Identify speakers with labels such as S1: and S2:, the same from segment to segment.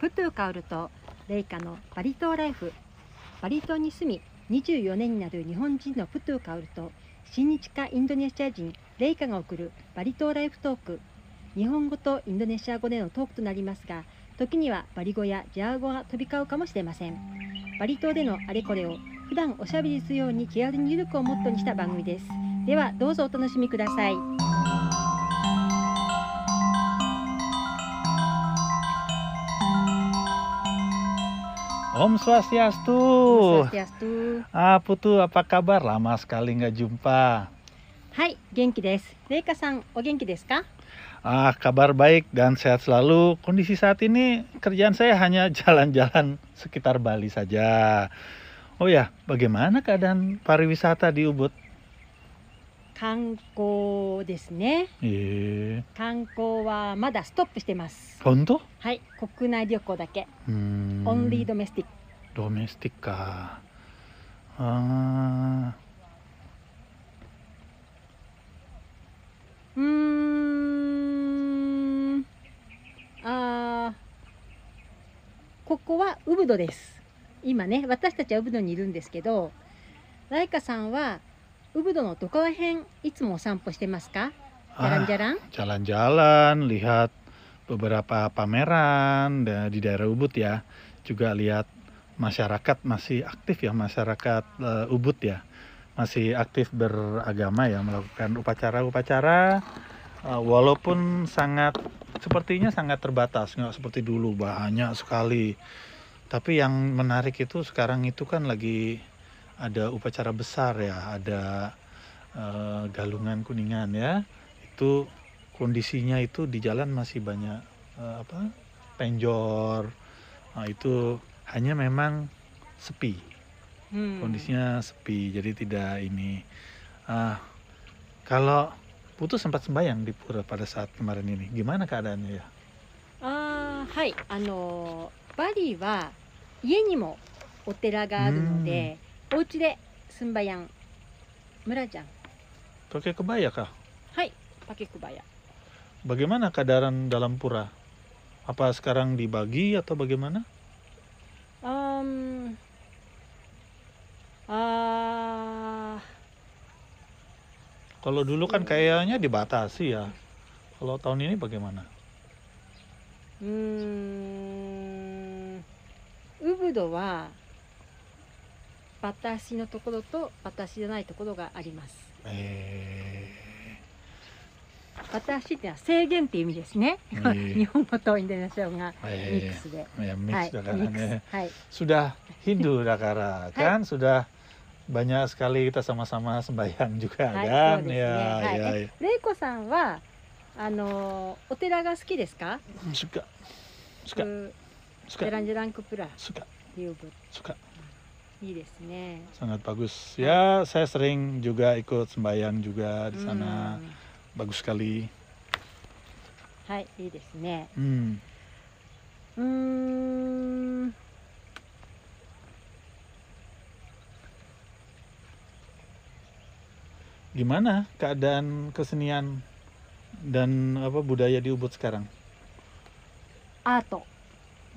S1: プトゥカオルとレイカのバリ島ライフバリ島に住み24年になる日本人のプトゥカオルと親日家インドネシア人レイカが送るバリ島ライフトーク日本語とインドネシア語でのトークとなりますが時にはバリ語やジャワ語が飛び交うかもしれませんバリ島でのあれこれを普段おしゃべりするように気軽にゆるくをモットーにした番組ですではどうぞお楽しみください
S2: Om Swastiastu.
S1: は
S2: Ah, Putu, apa kabar? Lama sekali nggak jumpa.
S1: い元気ですレイカさんお元気ですか
S2: Ah, kabar baik dan sehat selalu. Kondisi saat ini kerjaan saya hanya jalan-jalan sekitar Bali saja. Oh ya, bagaimana keadaan pariwisata di Ubud?
S1: 観光ですね
S2: Eh,
S1: 観光はまだストップしてます。
S2: Honto?
S1: はい、国内旅行だけ、
S2: Hmm,
S1: オンリードメスティック。
S2: domestik kah? Ah,
S1: うーん、あーここはウブドです。今ね、私たちはウブドにいるんですけど、ライカさんはウブドのどこら辺いつもお散歩してますか？じゃらん
S2: ah,
S1: じゃらん。
S2: jalan-jalan, lihat beberapa pameran da- di daerah Ubud ya. Juga lihat masyarakat masih aktif ya, masyarakat eh, Ubud ya. Masih aktif beragama ya, melakukan upacara-upacara eh, walaupun sangat sepertinya sangat terbatas, nggak seperti dulu banyak sekali. Tapi yang menarik itu sekarang itu kan lagi ada upacara besar ya, ada eh, Galungan Kuningan ya itu kondisinya itu di jalan masih banyak eh, apa penjor Nah, itu hanya memang sepi
S1: うん、
S2: kondisinya sepi jadi tidak ini Ah, kalau putus sempat sembahyang di pura pada saat kemarin ini gimana keadaannya ya
S1: あーはいあのーバリは家にもお寺があるので、お家でスンバヤン村じゃん
S2: pakai kebaya kah
S1: はいパケクバヤ
S2: bagaimana keadaan dalam pura apa sekarang dibagi atau bagaimana
S1: うーんあ
S2: kalau dulu kan kayaknya dibatasi ya kalau tahun ini bagaimana
S1: ーうーんウブドは私のところと私じゃないところがあります
S2: eh
S1: 私ってのは制限っていう意味ですね、
S2: ええ
S1: 日本語とインドネシア語が
S2: iya. eh.
S1: ミックスで、
S2: Ya, mix
S1: はい、
S2: da karena
S1: ミック
S2: ne-
S1: スはい
S2: Sudah Hindu Dakara kan sudah banyak sekali kita sama-sama sembahyang juga
S1: Hai,
S2: kan
S1: betul です
S2: ya,
S1: ね。
S2: ya,
S1: はい。
S2: ya.
S1: レイコさんはあのーお寺が好きですか？
S2: suka
S1: ジ
S2: suka
S1: ェ
S2: suka
S1: ランジェランクプラ
S2: suka
S1: リオブ
S2: suka
S1: いいですね。
S2: sangat bagus ya saya sering juga ikut sembahyang juga di
S1: うん
S2: sana bagus sekali
S1: はいいいですね。
S2: hmm.
S1: うーん。
S2: gimana keadaan kesenian dan apa budaya di Ubud sekarang
S1: アート、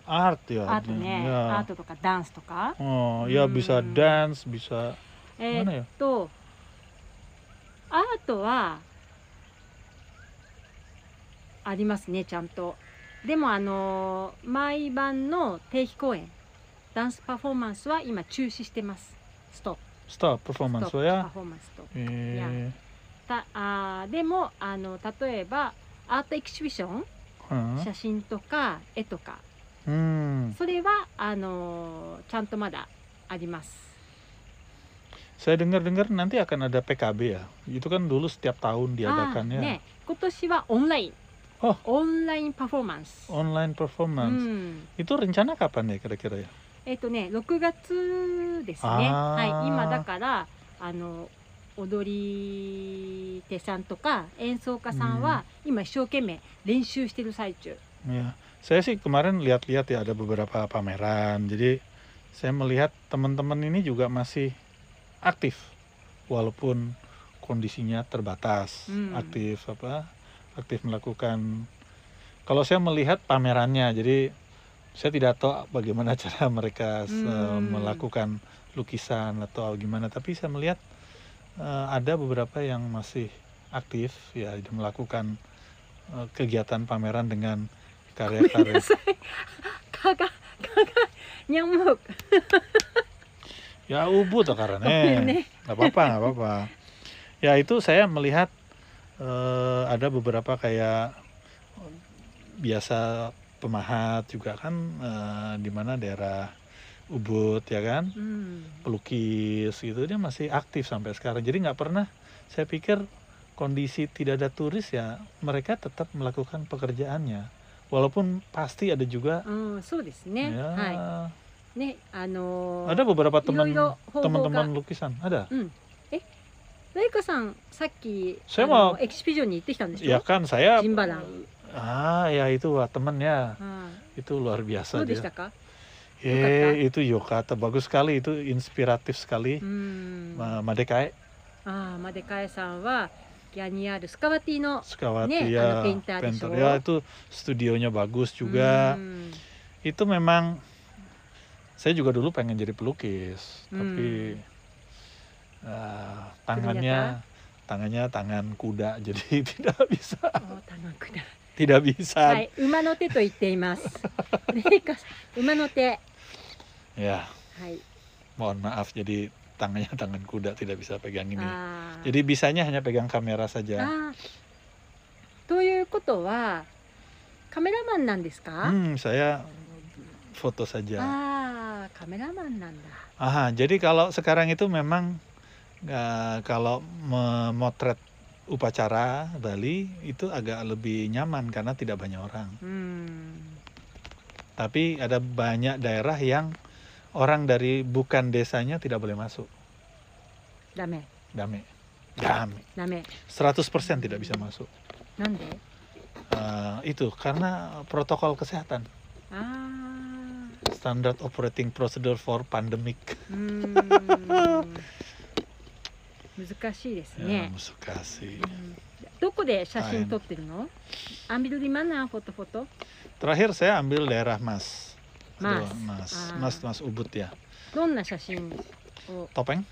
S2: art ya
S1: アート
S2: ya.
S1: ね、アートとかダンスとか、
S2: oh ya bisa
S1: Hmm.
S2: dance bisa
S1: えー
S2: mana ya
S1: えっとアートはありますねちゃんとでもあのー毎晩の定期公演ダンスパフォーマンスは今中止してますストップス
S2: stop performance
S1: トップ
S2: ya
S1: パフォーマンスとや
S2: え
S1: たあーでもあの例えばアートエキシビション
S2: ーは
S1: 写真とか絵とか
S2: あうん、
S1: それはあのーちゃんとまだあります
S2: saya dengar-dengar nanti akan ada PKB ya. Itu kan dulu setiap
S1: あー
S2: tahun diadakan
S1: ね
S2: ya.
S1: 今年はオンライン
S2: あ
S1: オンラインパフォーマンスう
S2: Online performance.
S1: ん、
S2: Itu rencana kapan ya kira-kira ya?
S1: えっ、とね6月ですね
S2: あー
S1: はい今だからあの踊り手さんとか演奏家さんは、今一生懸命練習してる最中
S2: Ya. Saya sih kemarin lihat-lihat ya ada beberapa pameran. Jadi saya melihat teman-teman ini juga masih aktif walaupun kondisinya terbatas.
S1: Hmm.
S2: Aktif apa? Aktif melakukan kalau saya melihat pamerannya. Jadi Saya tidak tahu bagaimana cara mereka eh,
S1: Hmm.
S2: melakukan lukisan atau gimana, tapi saya melihat eh, ada beberapa yang masih aktif ya melakukan eh, kegiatan pameran dengan karya-karya
S1: 蚊が蚊がにゃんもう
S2: Ya ubud lah karena.
S1: ごめんね
S2: nggak apa-apa nggak apa-apa ya itu saya melihat eh, ada beberapa kayak biasa pemahat juga kan eh, di mana daerah Ubud ya kan
S1: うん、
S2: pelukis gitu dia masih aktif sampai sekarang jadi nggak pernah saya pikir kondisi tidak ada turis ya mereka tetap melakukan pekerjaannya walaupun pasti ada juga
S1: うん、そうですね、
S2: ya,
S1: はいねあのー
S2: ada beberapa teman
S1: いろいろ方法が
S2: teman-teman lukisan ada
S1: レイカさんさっき
S2: そういえば
S1: あのエキシビジョンに行ってきたんでしょ
S2: ya kan saya
S1: Jimbalang.
S2: ah ya itu wah temen ya
S1: はい
S2: itu luar biasa
S1: どうでし
S2: dia
S1: たか
S2: eh itu Yokata bagus sekali itu inspiratif sekali
S1: うーん
S2: Ma- Madekai
S1: ああマデカエさんはギャニアールスカワティの Ne,
S2: Sukawati
S1: ada
S2: ya
S1: painter di Hmm.
S2: painter.
S1: Solo.
S2: ya itu studionya bagus
S1: うー
S2: juga
S1: ん
S2: itu memang saya juga dulu pengen jadi pelukis
S1: Hmm.
S2: tapi eh, tangannya tangannya tangan kuda jadi tidak bisa
S1: お高くない
S2: tidak bisa
S1: はい馬の手と言っています レイカさん馬の手
S2: ya
S1: はい
S2: mohon maaf jadi tangannya tangan kuda tidak bisa pegang ini
S1: あー
S2: Jadi bisanya hanya pegang kamera saja.
S1: あーということはカメラマンなんですか、
S2: Hmm, saya
S1: Ah.
S2: foto saja.
S1: ああカメラマンなんだ
S2: Aha, jadi kalau sekarang itu memang eh, kalau memotret upacara Bali itu agak lebih nyaman karena tidak banyak orang.
S1: うーん
S2: Tapi ada banyak daerah yang orang dari bukan desanya tidak boleh masuk.
S1: ダメ
S2: Dame. Dame.
S1: ダメ
S2: 100% tidak bisa masuk.
S1: なんで
S2: Eh, itu karena protokol kesehatan,
S1: ああ
S2: standard operating procedure for pandemic.
S1: うーん難しいです
S2: Ya,
S1: ね、
S2: musukasi.
S1: うんどこで写真撮ってるのアンビドリマナーフォトフォト
S2: Terakhir saya ambil daerah Mas.
S1: Mas.
S2: Aduh, Mas.
S1: Ah.
S2: Mas, Mas Ubud ya.
S1: どんな写真を
S2: Topeng?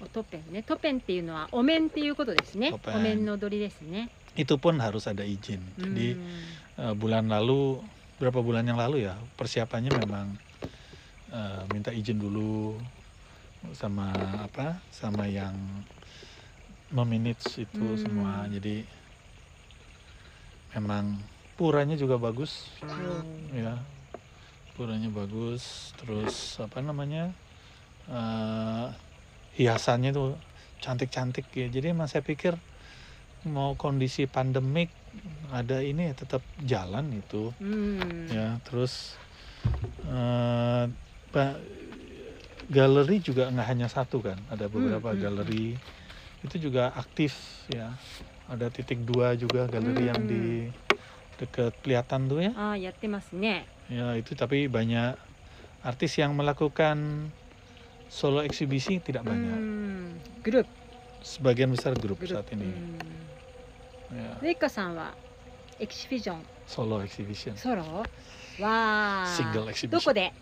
S1: おトペンねトペンっていうのはお面っていうことですね
S2: トペン
S1: お面の踊りですね
S2: Itu pun harus ada izin.
S1: う
S2: Jadi
S1: ん Hmm.
S2: eh, bulan lalu berapa bulan yang lalu ya persiapannya memang eh, minta izin dulu sama apa? Sama yang memanage itu
S1: Hmm.
S2: semua. Jadi memang puranya juga bagus
S1: そう
S2: ya puranya bagus terus apa namanya eh, hiasannya tuh cantik-cantik ya jadi emang saya pikir mau kondisi pandemik ada ini ya tetap jalan itu
S1: うん、
S2: ya terus eh, ba- galeri juga nggak hanya satu kan ada beberapa
S1: Hmm, hmm,
S2: galeri itu juga aktif ya ada titik dua juga galeri
S1: Hmm,
S2: yang di dekat kelihatan tuh ya
S1: ああやってますね
S2: Ya itu tapi banyak artis yang melakukan solo eksibisi tidak
S1: う
S2: banyak.
S1: んグループ
S2: Sebagian besar Hmm. grup
S1: グ
S2: Hmm.
S1: ルー
S2: saat
S1: プ
S2: ini. Ya,
S1: うんレイカさんはエキシビジョン
S2: solo exhibition,
S1: ソロわあ
S2: single
S1: どこ
S2: exhibition.
S1: で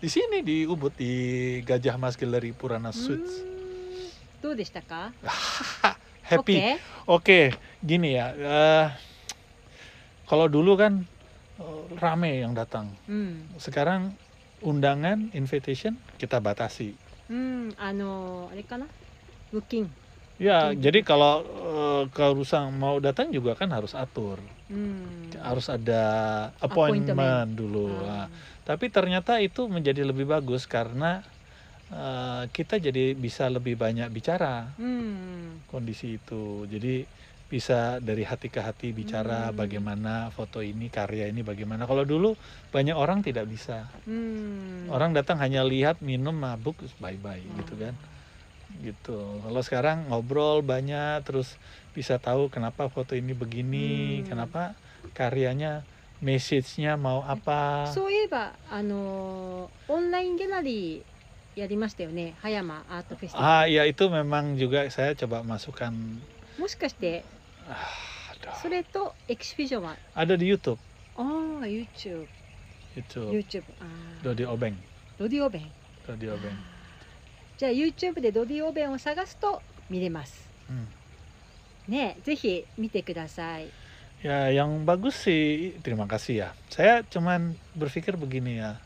S2: Di sini di Ubud di Gajah Mas Gallery Purana
S1: う
S2: Suites.
S1: ーんどうでしたか
S2: Happy.
S1: OK?
S2: Oke, gini ya. eh, kalau dulu kan eh, rame yang datang.
S1: うん、
S2: Sekarang undangan invitation kita batasi.
S1: うん、あのーあれかなブッキング、
S2: Ya,
S1: Betul.
S2: jadi kalau eh, kalau rusang mau datang juga kan harus atur.
S1: うん、
S2: harus ada
S1: Appointment. Ah.
S2: appointment, dulu.
S1: あ
S2: Nah, tapi ternyata itu menjadi lebih bagus karena eh, kita jadi bisa lebih banyak bicara
S1: ーうん、
S2: kondisi itu. Jadi bisa dari hati ke hati
S1: Hmm.
S2: bicara bagaimana foto ini karya ini bagaimana. Kalau dulu banyak orang tidak bisa.
S1: うん、
S2: Orang datang hanya lihat minum mabuk bye bye gitu kan. Gitu. Kalau sekarang ngobrol banyak terus bisa tahu kenapa foto ini begini,
S1: Hmm.
S2: kenapa karyanya message-nya mau apa.
S1: そういえばあのーオンラインギャラリーやりましたよね葉山アートフェスティバ
S2: Ah, ya itu memang juga saya coba masukkan.
S1: ルもしかして
S2: Ah, aduh.
S1: それとエキシビジョンは
S2: Ada di YouTube.
S1: ああ YouTube
S2: YouTube
S1: YouTube あー
S2: Dodi Obeng
S1: ドディオベン
S2: Dodi Obeng
S1: じゃあ YouTube でドディオベンを探すと見れます
S2: Hmm.
S1: ねぜひ見てください
S2: Ya, yang bagus sih. Terima kasih ya. Saya cuman berpikir begini ya.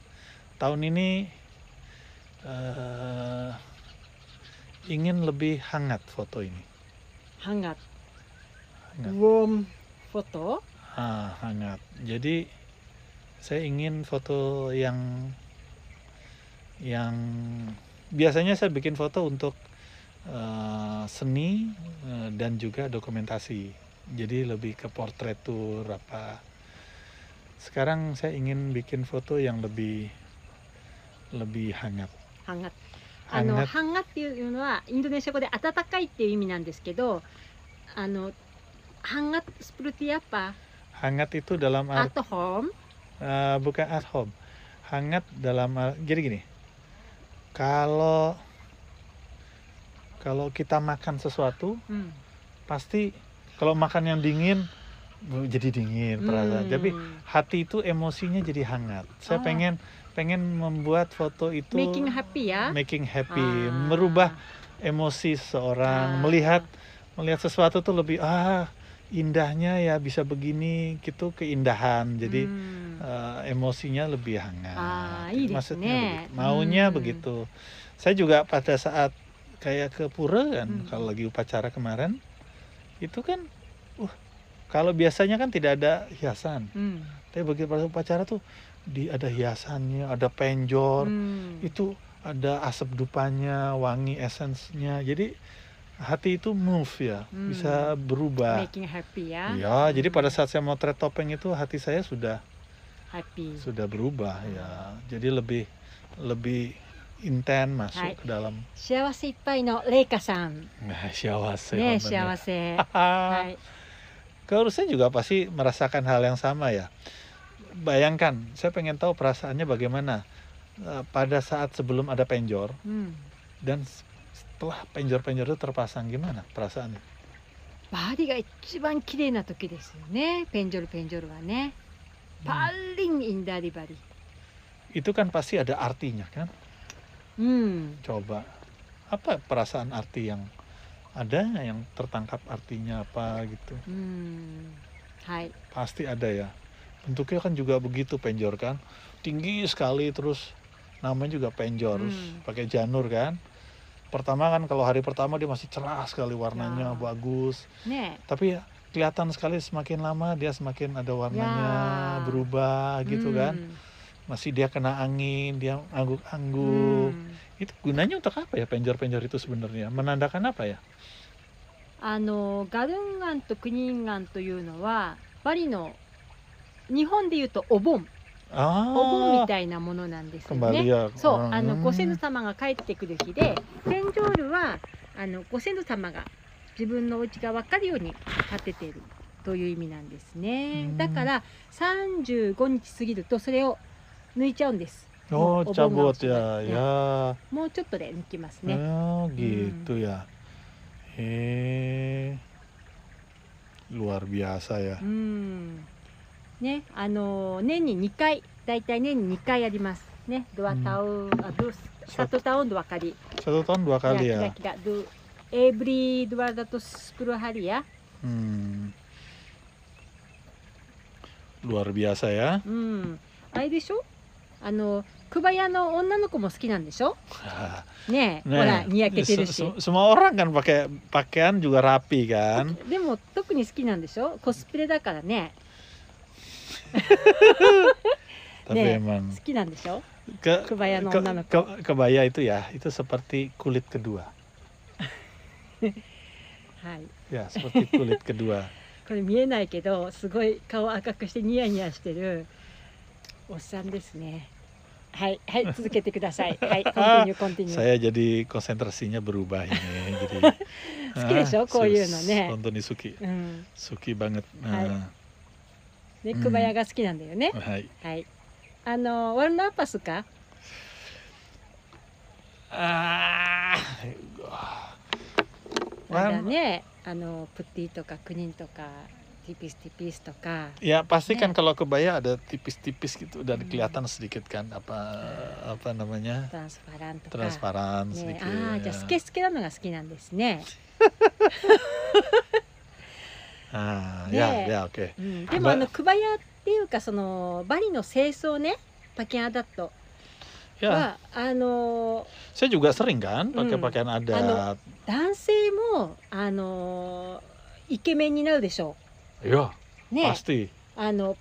S2: Tahun ini eh ingin lebih hangat foto ini.
S1: ハンガー
S2: Hangat.
S1: ウォームフォト
S2: Ah, hangat. Jadi saya ingin foto yang yang biasanya saya bikin foto untuk eh, seni eh, dan juga dokumentasi. Jadi lebih ke portraitur apa. Sekarang saya ingin bikin foto yang lebih lebih hangat.
S1: ハンガーあの
S2: Hangat.
S1: ハンガっていうのはインドネシア語で暖かいっていう意味なんですけどあのハンガスプルティアパ
S2: Hangat itu dalam
S1: アッ
S2: arti
S1: トホーム
S2: Eh, bukan at home hangat dalam ar- jadi gini kalau kalau kita makan sesuatu
S1: うん、
S2: pasti kalau makan yang dingin bu- jadi dingin perasaan tapi
S1: うん
S2: hati itu emosinya jadi hangat saya
S1: Ah.
S2: pengen pengen membuat foto itu
S1: making happy ya? Ah. や
S2: making happy
S1: あー
S2: merubah emosi
S1: Ah.
S2: seorang melihat melihat sesuatu tuh lebih ah indahnya ya bisa begini gitu keindahan jadi
S1: うん
S2: eh, emosinya lebih hangat.
S1: Ah, iya
S2: Maksudnya
S1: nih.
S2: begitu. maunya
S1: Hmm.
S2: begitu. Saya juga pada saat kayak ke pura kan,
S1: Hmm.
S2: kalau lagi upacara kemarin, itu kan, uh, kalau biasanya kan tidak ada hiasan.
S1: うん、
S2: Tapi begitu pada upacara tuh, di ada hiasannya, ada penjor,
S1: うん
S2: itu ada asap dupanya, wangi esensnya. Jadi hati itu move ya,
S1: Hmm.
S2: bisa berubah.
S1: making happy ya? や
S2: Iya, jadi pada saat saya motret topeng itu hati saya sudah
S1: happy
S2: sudah berubah ya jadi lebih lebih inten masuk
S1: Hai.
S2: ke dalam
S1: 幸せいっぱいのレイカさん
S2: nah, syawase
S1: ね幸 せはい、
S2: kalau saya Ah, juga pasti merasakan hal yang sama ya bayangkan saya pengen tahu perasaannya bagaimana eh, pada saat sebelum ada penjor
S1: うん、
S2: dan s- setelah penjor-penjor itu terpasang gimana perasaannya
S1: バーディが一番綺麗な時ですよねペンジョルペンジョルはねパ
S2: Hmm.
S1: ーリンインダリバリ
S2: itu kan pasti ada artinya kan
S1: うん、
S2: coba apa perasaan arti yang ada yang tertangkap artinya apa gitu
S1: うん、はい、
S2: pasti ada ya bentuknya kan juga begitu penjor kan tinggi sekali terus namanya juga penjor terus
S1: Hmm.
S2: pakai janur kan pertama kan kalau hari pertama dia masih cerah sekali warnanya
S1: Ya.
S2: bagus
S1: ね
S2: tapi ya, kelihatan sekali semakin lama dia semakin ada warnanya
S1: Ya. Hmm.
S2: berubah
S1: え
S2: gitu kan masih dia kena angin dia
S1: う
S2: angguk-angguk
S1: ん
S2: itu gunanya untuk apa ya penjor-penjor itu sebenarnya menandakan apa ya
S1: あのガルンガンとクニンガンというのはバリの日本でいうとお盆お盆
S2: ah
S1: みたいなものなんですよ
S2: kembali
S1: ね。
S2: ya
S1: そう
S2: orang-
S1: あの
S2: Hmm.
S1: ご先祖様が帰ってくる日で天井ルはあのご先祖様が自分のお家が分かるように建てているという意味なんですね
S2: うん
S1: だから35日過ぎるとそれを抜いちゃうんです
S2: oh
S1: obong
S2: cabut
S1: langsung
S2: ya
S1: aja.
S2: ya
S1: もうちょっとで抜きますね、
S2: Oh
S1: Hmm.
S2: gitu ya. Eh, luar biasa
S1: う
S2: ya.
S1: んね、あの年に2回、大体年に2回やります。ね、ドアタウン、あドゥスタトタウンドワカリ。
S2: Satu tahun dua
S1: キラ
S2: kali
S1: キ
S2: ya.
S1: ラキラ、ドゥエブリドワダトスプロハリア。
S2: Hmm. Luar biasa ya.
S1: うん、あれでしょあの、クバヤの女の子も好きなんでしょねえ、
S2: ねえ
S1: ほら、にやけてる
S2: Nah, se-
S1: し。
S2: se- semua orang kan pakai pakaian juga rapi kan.
S1: でも、特に好きなんでしょコスプレだからね、
S2: Tapi
S1: Nih.
S2: emang
S1: 好きなんでしょ
S2: ke,
S1: Kebaya
S2: ke-
S1: nona noko.
S2: ke- kebaya itu ya, itu seperti kulit kedua.
S1: はい。
S2: Ya, seperti kulit kedua.
S1: これ見えないけど、すごい顔赤くしてニヤニヤしてるおっさんですね。はい、はい、続けてくださ い。はい、コンティニュー、コンティニュー。
S2: Saya jadi konsentrasinya berubah ini. jadi,
S1: Suki desho,
S2: Ah,
S1: koyu
S2: sus-
S1: no ne.
S2: Nonton di Suki.
S1: うん、
S2: Suki banget.
S1: Hai.
S2: Nah,
S1: で、熊谷が好きなんだよね。
S2: hai.
S1: はい。あの、ワンナーパスか。
S2: Ah. Wah,
S1: あれだね、あの、プッティとか、クニンとか、 tipis-tipis とか
S2: Ya pasti kan
S1: Ya.
S2: kalau kebaya ada tipis-tipis gitu dan kelihatan sedikit kan apa apa namanya
S1: トランスパラントか
S2: transparan
S1: ね
S2: sedikit.
S1: ああじゃあ
S2: ya.
S1: スケスケなのが好きなんですね、
S2: Ah,
S1: Ne.
S2: ya ya oke.
S1: うん、でもあのクバヤっていうかそのバリの清掃ねパキンアダット
S2: Ya,
S1: は、あの
S2: saya juga sering kan pakai
S1: Hmm.
S2: pakaian adat.
S1: 男性もあのイケメンになるでしょ
S2: Ya,
S1: うね
S2: pasti
S1: あの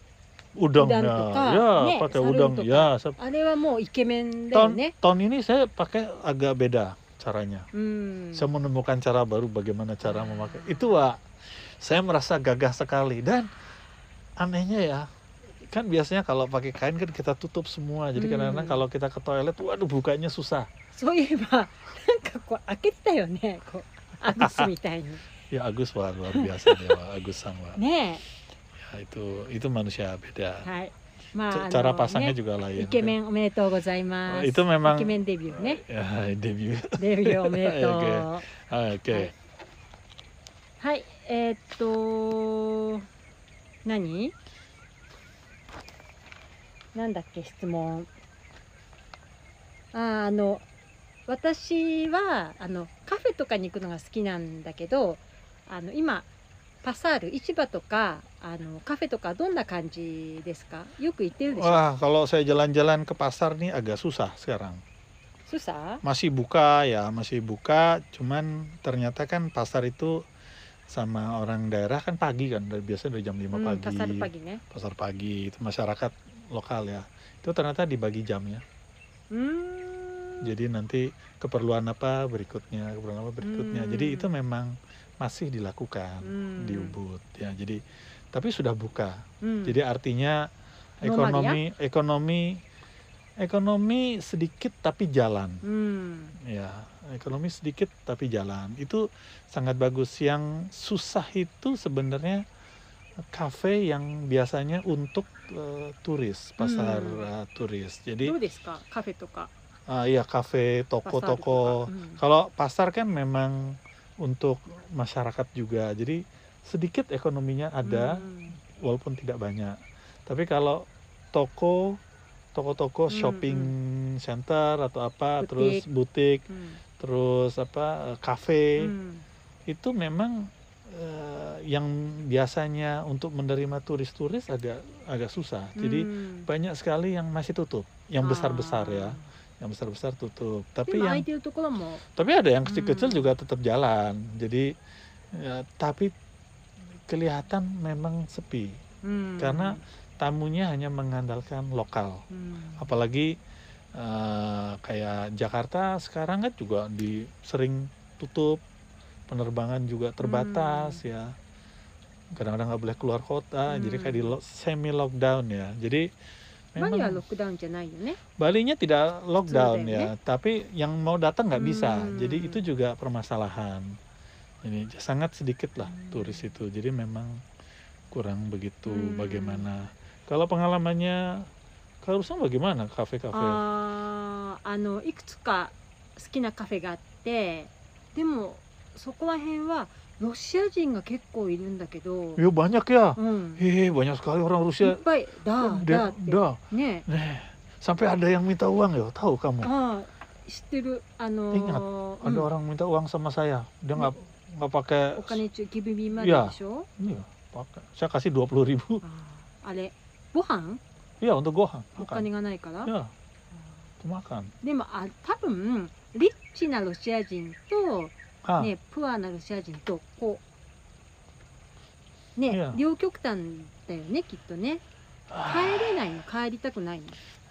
S2: udang,
S1: Iya. Udang
S2: ya.
S1: tukar.
S2: Ya,
S1: Ne,
S2: pakai
S1: sarung
S2: udang.
S1: tukar.
S2: Ya, saya-
S1: あれはもうイケメンだよ
S2: tahun
S1: ね
S2: tahun ini saya pakai agak beda caranya.
S1: うん、
S2: Saya menemukan cara baru bagaimana cara
S1: Ah.
S2: memakai. Itu Wak, saya merasa gagah sekali dan anehnya ya kan biasanya kalau pakai kain kan kita tutup semua jadi
S1: Hmm.
S2: kadang-kadang kalau kita ke toilet waduh bukanya susah
S1: そういえばなんかこう開けてたよねこうアグスみたいに
S2: ya Agus wah luar biasa dia Wak. Agus Sang Wak.
S1: ね
S2: Ya, itu itu manusia beda
S1: はいま
S2: C-
S1: あ
S2: cara
S1: あの、
S2: pasangnya
S1: ね、
S2: juga lain
S1: イケメンおめでとうございます
S2: itu
S1: イ
S2: memang
S1: ケメンデビューね
S2: ya, debut
S1: デビューおめ でと
S2: Okay.
S1: う
S2: Ah, oke
S1: Hai. はい、えーっと、何なんだっけ、質問。あー、あの、私は、あの、カフェとかに行くのが好きなんだけど、あの、今、パサール、市場とか、あの、カフェとかどんな感じですかよく行ってるでしょ
S2: wah kalau saya jalan-jalan ke pasar nih agak susah sekarang
S1: スーサー
S2: masih buka ya masih buka cuman ternyata kan pasar itu sama orang daerah kan pagi kan dari biasanya dari jam 5
S1: うん、
S2: pagi
S1: パサールパギね。
S2: pasar pagi itu masyarakat lokal ya itu ternyata dibagi jamnya
S1: うーん。
S2: jadi nanti keperluan apa berikutnya keperluan apa berikutnya jadi
S1: Hmm.
S2: itu memang masih dilakukan
S1: うん。
S2: di Ubud ya jadi tapi sudah buka
S1: うん。
S2: jadi artinya
S1: Normal Hmm. ya?
S2: ekonomi ekonomi ekonomi sedikit tapi jalan
S1: うん。
S2: Ya, ekonomi sedikit tapi jalan. Itu sangat bagus. Yang susah itu sebenarnya kafe yang biasanya untuk eh, turis, pasar
S1: Hmm.
S2: eh, turis.
S1: ど
S2: Jadi
S1: うですかカフェとか。
S2: ah, ya kafe,
S1: パサールとか
S2: toko-toko.
S1: うん
S2: Kalau pasar kan memang untuk masyarakat juga. Jadi sedikit ekonominya ada
S1: うん、
S2: walaupun tidak banyak. Tapi kalau toko toko-toko
S1: Hmm,
S2: shopping center atau apa terus
S1: Butik.
S2: butik
S1: うん、
S2: terus apa eh, kafe
S1: Hmm.
S2: itu memang eh, yang biasanya untuk menerima turis-turis agak agak susah
S1: Hmm.
S2: jadi banyak sekali yang masih tutup yang besar-besar
S1: Ah.
S2: ya yang besar-besar tutup
S1: で
S2: tapi
S1: も空
S2: yang
S1: いてるところも
S2: tapi ada yang kecil-kecil
S1: Hmm.
S2: juga tetap jalan jadi ya, tapi kelihatan memang sepi
S1: うん、
S2: karena tamunya hanya mengandalkan lokal
S1: うん、
S2: apalagi eh, kayak Jakarta sekarang kan juga di sering tutup penerbangan juga terbatas
S1: Hmm.
S2: ya kadang-kadang nggak boleh keluar kota jadi kayak di lo- semi lockdown ya jadi
S1: マリはロッ
S2: memang
S1: クダウンじゃないよね。
S2: Balinya tidak lockdown
S1: Sudah,
S2: ya tapi yang mau datang nggak bisa
S1: Hmm.
S2: jadi itu juga permasalahan ini sangat sedikit lah
S1: Hmm.
S2: turis itu jadi memang kurang begitu
S1: Hmm.
S2: bagaimana kalau pengalamannya kalau Ruslan bagaimana kafe-kafe
S1: Ah, あーあのいくつか好きなカフェがあってでもそこら辺はロシア人が結構いるんだけど、
S2: Ya banyak ya.
S1: うん、いっ
S2: Hehe, banyak sekali orang Rusia.
S1: ぱい「だ」「だ」
S2: Da-
S1: って
S2: da.
S1: ね
S2: Nih, sampai ada yang minta uang ya, tahu kamu?
S1: ああ知ってるあのー
S2: Ada orang minta uang sama saya. Dia nggak nggak
S1: うん、
S2: pakai.
S1: お金中ギブミま
S2: い
S1: で
S2: や
S1: でしょ
S2: Iya, pakai. Saya kasih dua puluh ribu.
S1: あーあれご飯
S2: Iya untuk gohan.
S1: お
S2: Makan.
S1: 金がないから、
S2: Iya, untuk makan.
S1: でもあ多分リッチなロシア人と、
S2: Ah,
S1: ね、プアなロシア人とこうね、
S2: いや
S1: 両極端だよねきっとね
S2: ah.
S1: 帰れないの帰りたくないの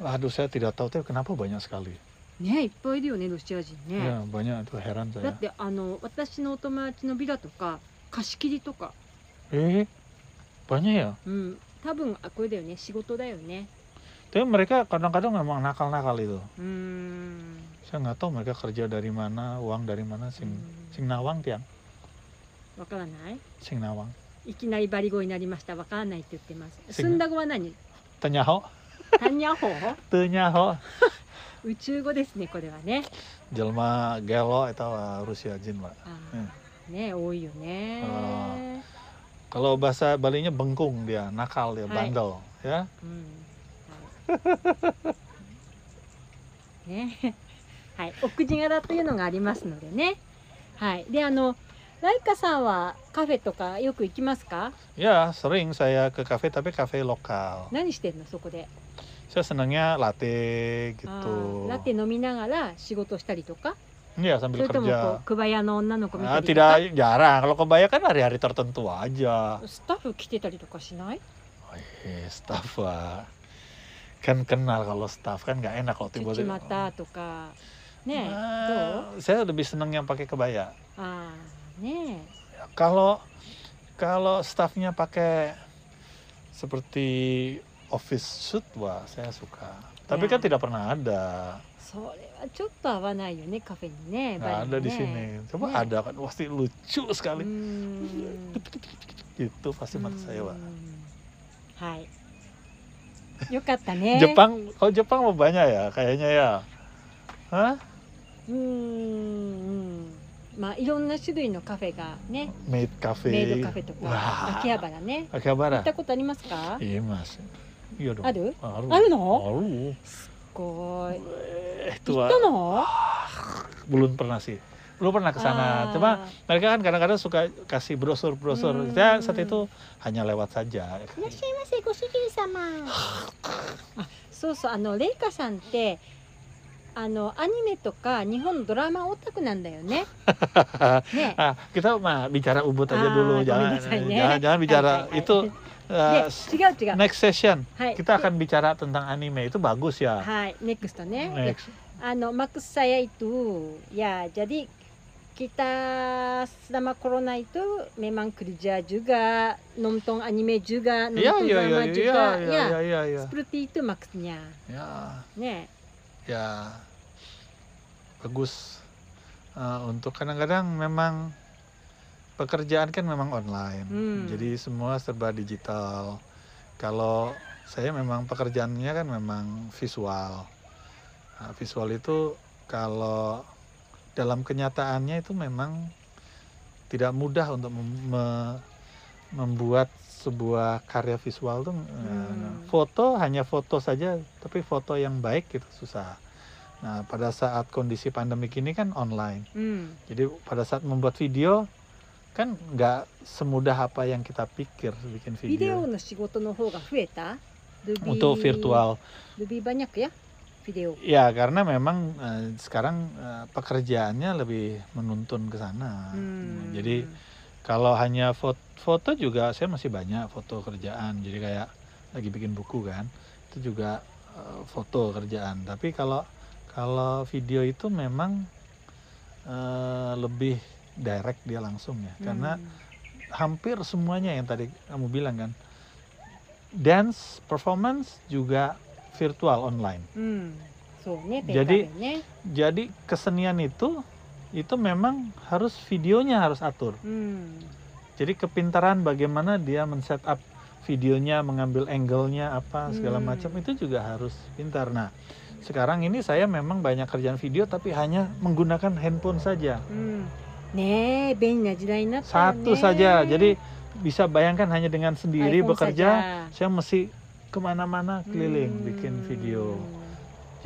S2: Aduh, saya tidak tahu tapi kenapa banyak sekali.
S1: ねいっぱいいるよねロシア人ね
S2: Iya, banyak itu heran
S1: だ
S2: saya.
S1: ってあの私のお友達のビラとか貸し切りとか
S2: Eh, banyak ya.
S1: うん多分あこれだよね仕事だよね
S2: Tapi mereka kadang-kadang memang nakal-nakal itu.
S1: うーん
S2: Saya nggak tahu mereka kerja dari mana, uang dari mana, sing sing nawang tiang,
S1: わからない
S2: sing nawang.
S1: いきなりバリ語になりましたわからないって言ってます
S2: す
S1: ス
S2: いません
S1: ンダ語は 何
S2: Tenyaho.
S1: タニャホー
S2: Tenyaho.
S1: 宇宙語ですねこれはね
S2: jelma gelo itu Rusia Jin pak
S1: あーね多いよね
S2: あ Kalau bahasa Balinya bengkung dia, nakal dia,
S1: Hai.
S2: bandel ya.
S1: はい、ね はい、お口柄というのがありますのでね。はい、で、あの、ライカさんはカフェとかよく行きますか。
S2: Ya, sering saya ke kafe tapi kafe lokal.
S1: 何してんの、そこで。
S2: Saya senangnya latte
S1: あ
S2: gitu.
S1: ーラテ飲みながら仕事したりとか、
S2: Iya
S1: そ
S2: sambil
S1: れとも
S2: kerja.
S1: こう、kubaya の女の子見
S2: Ah,
S1: たりと
S2: tidak
S1: か。
S2: jarang. Kalau kebaya kan hari-hari tertentu aja.
S1: スタッフ来てたりとかしない。
S2: Eh, staff ah. Kan kenal kalau staff kan nggak enak kalau
S1: ちち
S2: tiba-tiba.
S1: またとか。ねえ、
S2: Ah,
S1: どう。
S2: saya lebih senang yang pakai kebaya.
S1: ああ、ねえ。
S2: Kalau kalau staffnya pakai seperti office suit, wah saya suka. Tapi
S1: Ya.
S2: kan tidak pernah ada.
S1: それはちょっと合わないよね、カフェにね。
S2: Nggak
S1: バリ
S2: ada
S1: に
S2: di
S1: ね
S2: sini. Coba
S1: Ya.
S2: ada kan pasti lucu
S1: う
S2: sekali.
S1: ーん。
S2: Itu pasti mata saya,
S1: う
S2: Wak.
S1: んはい。よかった
S2: Eh.
S1: ね。
S2: Jepang, kalau Jepang mau banyak ya kayaknya ya. Hah?
S1: うーんうん。まあいろんな種類のカフェがね、
S2: Maid cafe.
S1: メイドカフェとか
S2: Wah.
S1: 秋葉原ね。行
S2: Akihabara.
S1: ったことありますか？
S2: Iya, Mas. Iya dong.
S1: ある？
S2: Aru.
S1: あるの？
S2: Aru.
S1: こう
S2: Eh,
S1: 行
S2: tua.
S1: ったの？
S2: Belum pernah sih. Belum pernah ke sana. Cuma
S1: あ
S2: mereka kan kadang-kadang suka kasih
S1: Hmm.
S2: brosur-brosur.
S1: Iya
S2: Saya saat itu hanya lewat saja.
S1: ーいらっしゃいませご主人様。あ、そうそうあのレイカさんってあのアニメとか日本のドラマオタクなんだよ ね。ね。
S2: Ah, kita mah bicara ubud aja
S1: Ah,
S2: dulu, jangan
S1: komunikasi ya.
S2: jangan, jangan bicara
S1: Hai, hai, hai.
S2: itu. eh,
S1: で違う違う。
S2: next session
S1: はい。
S2: kita akan bicara tentang anime itu bagus ya.
S1: はい、ネクストね。
S2: Next.
S1: Anu, maksud saya itu, ya, jadi kita selama corona itu memang kerja juga, nonton anime juga, nonton
S2: Iya iya iya
S1: drama juga,
S2: iya
S1: ya,
S2: iya iya iya iya.
S1: seperti itu maksudnya,
S2: Ya,
S1: nih.
S2: ya. Bagus. Eh, untuk kadang-kadang memang pekerjaan kan memang online.
S1: Hmm.
S2: Jadi semua serba digital. Kalau saya memang pekerjaannya kan memang visual. Nah, visual itu kalau dalam kenyataannya itu memang tidak mudah untuk mem- me- membuat sebuah karya visual tuh eh,
S1: Hmm.
S2: foto hanya foto saja tapi foto yang baik itu susah. Nah, pada saat kondisi pandemik ini kan online.
S1: Hmm,
S2: Jadi pada saat membuat video kan nggak semudah apa yang kita pikir bikin video.
S1: ビデオの仕事の方が増えた
S2: Untuk virtual.
S1: lebih banyak ya, video.
S2: Ya karena memang eh, sekarang eh, pekerjaannya lebih menuntun ke sana.
S1: Hmm.
S2: Jadi kalau hanya foto, foto juga saya masih banyak foto kerjaan. Jadi kayak lagi bikin buku kan itu juga eh, foto kerjaan. Tapi kalau kalau video itu memang eh, lebih direct dia langsung ya. Karena
S1: Hmm.
S2: hampir semuanya yang tadi kamu bilang kan dance performance juga virtual online
S1: うん、そうね、
S2: Jadi-
S1: ペンタね。
S2: jadi kesenian itu itu memang harus videonya harus atur
S1: うん、
S2: jadi kepintaran bagaimana dia men-setup videonya mengambil angle-nya apa segala
S1: Hmm.
S2: macam itu juga harus pintar nah sekarang ini saya memang banyak kerjaan video tapi hanya menggunakan handphone saja
S1: うん。ねえ、便利な時代になったよね。
S2: satu saja jadi bisa bayangkan hanya dengan sendiri
S1: iPhone
S2: bekerja
S1: saja.
S2: saya mesti kemana-mana keliling bikin
S1: Hmm.
S2: video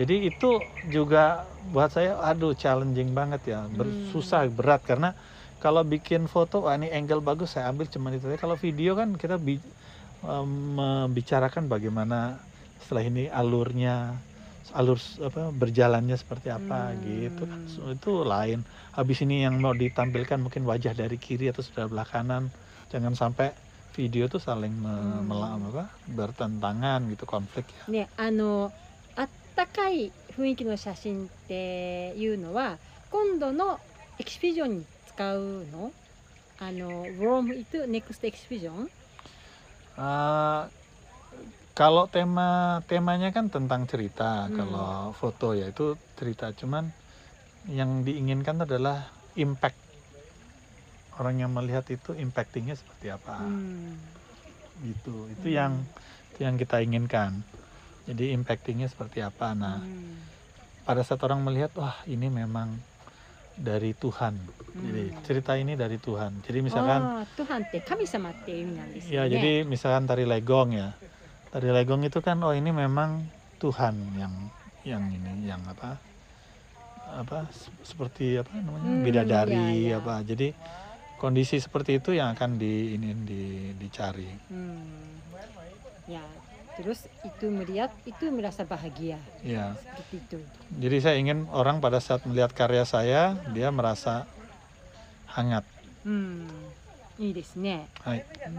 S2: jadi itu juga buat saya aduh challenging banget ya
S1: Hmm.
S2: bersusah berat karena kalau bikin foto wah ini angle bagus saya ambil cuman itu aja. kalau video kan kita bi- em, membicarakan bagaimana setelah ini alurnya alur s- apa berjalannya seperti apa
S1: Hmm.
S2: gitu So, itu lain habis ini yang mau ditampilkan mungkin wajah dari kiri atau sebelah belah kanan jangan sampai video tuh saling me-
S1: Hmm.
S2: mela- apa, bertentangan gitu konflik ya
S1: ねあのあったかい雰囲気の写真っていうのは今度のエキシビジョンに使うのあの warm it next エキシビジョン
S2: Eh, kalau tema temanya kan tentang cerita,
S1: Hmm.
S2: kalau foto ya itu cerita. Cuman yang diinginkan adalah impact orang yang melihat itu impactingnya seperti apa
S1: うん、
S2: gitu. Itu
S1: Hmm.
S2: yang itu yang kita inginkan. Jadi
S1: Hmm.
S2: impactingnya seperti apa. Nah
S1: うん
S2: pada saat orang melihat wah ini memang dari Tuhan.
S1: う
S2: Jadi
S1: ん
S2: cerita ini dari Tuhan. Jadi misalkan
S1: あートゥハンって神様っていう意味なんです
S2: Ya,
S1: よね。
S2: jadi misalkan tari legong ya. Tari legong itu kan oh ini memang Tuhan yang yang ini yang apa? Apa se- seperti apa namanya?
S1: Hmm,
S2: bidadari
S1: ya, ya.
S2: apa. Jadi kondisi seperti itu yang akan di ini di, dicari.
S1: Hmm. Ya, terus itu melihat itu merasa bahagia
S2: Ya.
S1: seperti itu.
S2: Jadi saya ingin orang pada saat melihat karya saya dia merasa hangat.
S1: うん、いいですね。
S2: はい。
S1: うん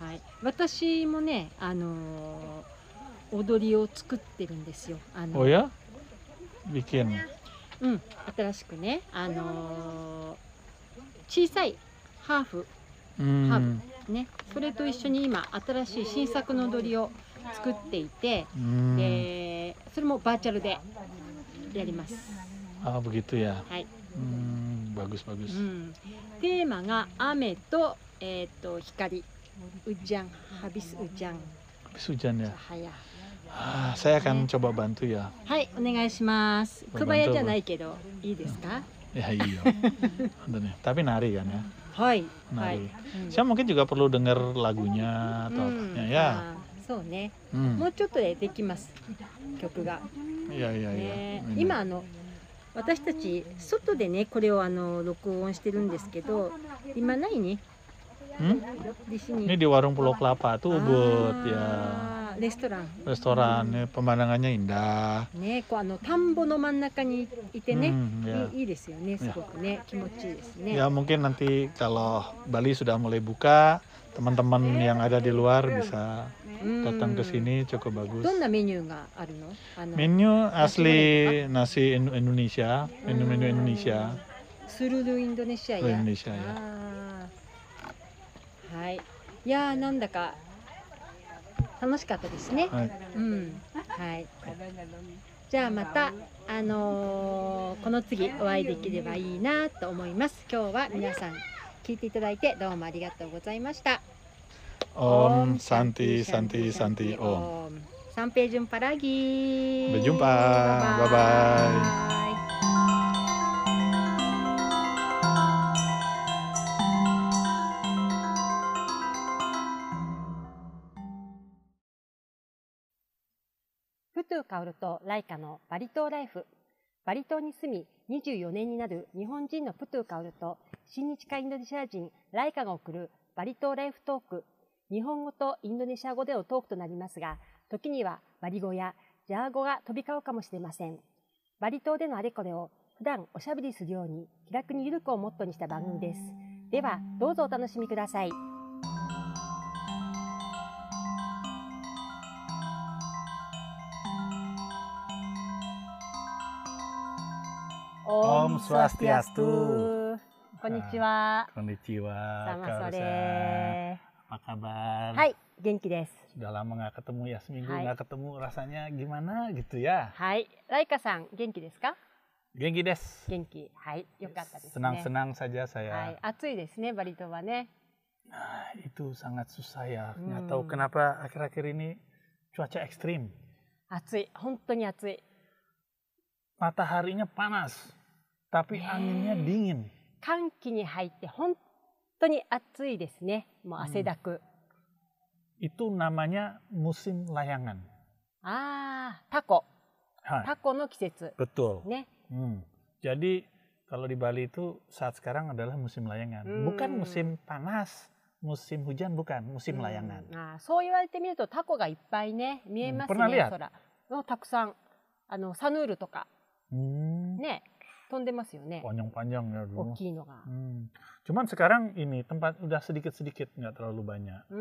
S1: はい、私もね、あのー踊りを作ってるんですよ。あの
S2: Oh ya? Bikin.
S1: うん、新しくね、あのー小さいハーフ
S2: Hmm.
S1: ね、それと一緒に今新しい新作の踊りを作っていて、
S2: Hmm.
S1: Iya, でそれもバーチャルでやります。
S2: Ah, begitu ya.
S1: Hai.
S2: Hmm, bagus
S1: う
S2: bagus.
S1: ん、テーマが雨とえっ、と光。ウジャンハビスウジャン
S2: Habis hujan
S1: チ
S2: ya.
S1: ャハヤ。
S2: Ah, saya akan coba bantu ya.
S1: はい、お願いします。ク
S2: これ
S1: バヤ
S2: 番頭
S1: じゃないけど、いいですか。
S2: Ya iya. Bantu nih. Tapi nari kan ya.
S1: はい、は
S2: Nari.
S1: い。うん
S2: Saya mungkin juga perlu dengar lagunya
S1: う
S2: atau
S1: ん
S2: apanya ya.
S1: あーそうね、
S2: Hmm.
S1: もうちょっとでできます。曲が。
S2: Iya iya iya.
S1: ね
S2: Ini.
S1: 今あの私たち外でねこれをあの録音してるんですけど今ないね
S2: Hmm?
S1: ディシニ
S2: Ini di warung Pulau Kelapa tuh
S1: Ah.
S2: Ubud ya.
S1: レストラン
S2: Restoran ya, pemandangannya indah.
S1: ねこうあの田んぼの真ん中にいてね、
S2: Hmm, ya.
S1: いいいいですよねすごくね気持ちいいですね
S2: Ya mungkin nanti kalau Bali sudah mulai buka, teman-teman yang ada di luar bisa
S1: うん
S2: datang ke sini cukup
S1: ど
S2: bagus.
S1: んなメニューがあるのあの
S2: Menu asli nasi Indo- Indonesia, menu-menu Indonesia,
S1: スルルインドネシア
S2: dari
S1: や
S2: Indonesia ya.
S1: あーはいいやーなんだか楽しかったですね
S2: はい
S1: うんはいじゃあまたあのーこの次お会いできればいいなと思います今日は皆さん聞いていただいてどうもありがとうございました
S2: Om Santi Santi Santi Om.
S1: サンページュンパラギ
S2: Berjumpa. Bye-bye.
S1: バイプトゥカオルとライカのバリ島ライフ。バリ島に住み24年になる日本人のプトゥカオルと親日家インドネシア人ライカが送るバリ島ライフトーク。日本語とインドネシア語でのトークとなりますが、時にはバリ語やジャワ語が飛び交うかもしれません。バリ島でのあれこれを普段おしゃべりするように気楽にゆるくをモットーにした番組です。では、どうぞお楽しみください。
S3: Om Swastiastu.
S1: こんにちは。
S2: Konnichiwa,
S1: サマ
S2: Kak
S1: ソ
S2: Rosa.
S1: レ
S2: Apa kabar?
S1: はい、元気です。
S2: Sudah lama nggak ketemu ya, seminggu
S1: Hai.
S2: nggak ketemu rasanya gimana gitu ya?
S1: はい、ライカさん、元気ですか
S2: Genki des.
S1: 元気。はい、よかったですね。
S2: Senang-senang saja
S1: はい
S2: saya.、
S1: 暑いですね、バリ島はね。
S2: Nah, itu sangat susah ya. Nggak
S1: Hmm.
S2: tahu kenapa akhir-akhir ini cuaca ekstrim.
S1: 暑い、本当に暑い。
S2: Mataharinya panas, tapi anginnya dingin.
S1: 寒気に入って本当に暑いですね。もう汗だく。
S2: Itu namanya musim layangan.
S1: あー、タコ。
S2: Hai.
S1: タコの季節。
S2: Betul.
S1: ね。
S2: Hmm. Jadi kalau di Bali itu saat sekarang adalah musim layangan, bukan
S1: Hmm.
S2: musim panas, musim hujan bukan,
S1: う
S2: musim
S1: ん
S2: layangan.
S1: あーそう言われてみるとタコがいっぱいね、見えます
S2: うんこれ
S1: ね、
S2: 何
S1: 空。のたくさん。あの、サヌールとか、
S2: Hmm.
S1: ね、飛んでますよね。
S2: Panjang-panjang ya
S1: 大
S2: dulu.
S1: きいのが。
S2: Hmm. Cuman sekarang ini tempat udah sedikit-sedikit nggak terlalu banyak
S1: う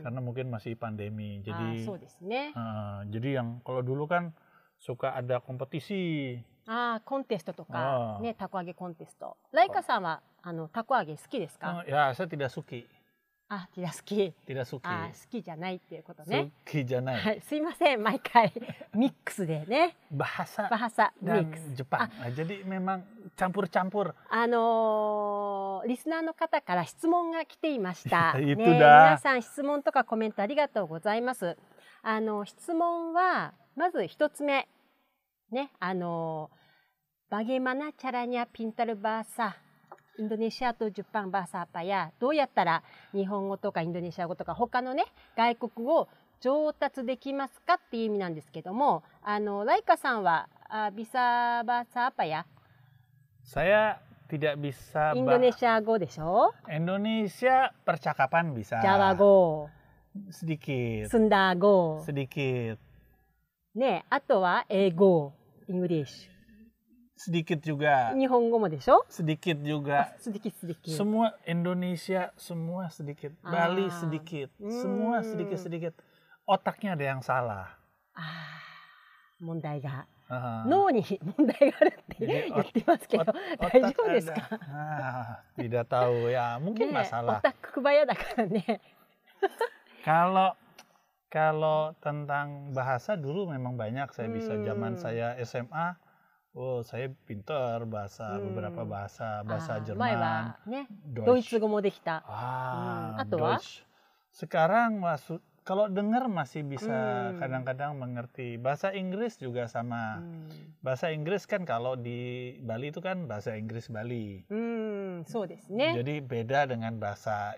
S1: ん。
S2: karena mungkin masih pandemi.
S1: あ
S2: Jadi
S1: ーそうですね。
S2: eh, jadi yang kalau dulu kan suka ada kompetisi.
S1: ああ、コンテストとか
S2: あ、ー
S1: ね、たこ揚げコンテスト。ライカさんは、あの、たこ揚げ好きですか
S2: Eh, ya saya tidak suki,
S1: あ、いや、好き。
S2: tidak suki.
S1: あー、好きじゃないっていうことね。
S2: Suki janai.
S1: はい、すいません、毎回。ミックスでね、
S2: Bahasa
S1: バハサ、ミッ
S2: dan
S1: クス。
S2: Jepang. Nah, jadi memang campur-campur
S1: あのーリスナーの方から質問が来ていました。
S2: いや 言っ
S1: ね
S2: てた
S1: 皆さん質問とかコメントありがとうございます。あの質問はまず一つ目ねあの Bagaimana caranya pintar bahasa Indonesia atau Jepang bahasa apa ya? どうやったら日本語とかインドネシア語とか他のね外国語を上達できますかっていう意味なんですけども、あのライカさんはあビサバサパや
S2: Saya tidak bisa
S1: イン
S2: bah-
S1: ドネシア語でしょ？
S2: Indonesia percakapan bisa.
S1: ジャワ語、
S2: Sedikit.
S1: スンダー語、
S2: Sedikit.
S1: ねあとは英語、イングリッシ
S2: Sedikit juga.
S1: ュ、日本語もでしょ？
S2: Sedikit juga.
S1: すできすでき。
S2: Semua Indonesia semua sedikit.
S1: Ah.
S2: Bali sedikit. Semua
S1: Hmm.
S2: sedikit-sedikit. Otaknya ada yang salah.
S1: あー問題が
S2: Ah.
S1: 脳に問題があるって
S2: Jadi
S1: 言
S2: ot-
S1: ってますけど大丈
S2: otak
S1: 夫ですか
S2: Anda- Ah, tidak tahu ya.
S1: ねえ
S2: Mungkin masalah.
S1: オタクバヤだからね
S2: Kalau kalau tentang bahasa dulu memang banyak saya bisa zaman
S1: Hmm.
S2: saya SMA. Oh, saya pinter bahasa
S1: Hmm. Ah,
S2: beberapa
S1: あ
S2: bahasa, bahasa
S1: ー前
S2: Jerman,
S1: はねドイ
S2: Deutsch.
S1: ツ語もできた
S2: Ah,
S1: Atau,
S2: Deutsch. Sekarang masuk kalau dengar masih bisa
S1: Hmm.
S2: kadang-kadang mengerti. Bahasa Inggris juga
S1: う
S2: sama.
S1: ん
S2: Bahasa Inggris kan kalau di Bali itu kan bahasa Inggris Bali.
S1: うんそうですね
S2: Jadi beda dengan bahasa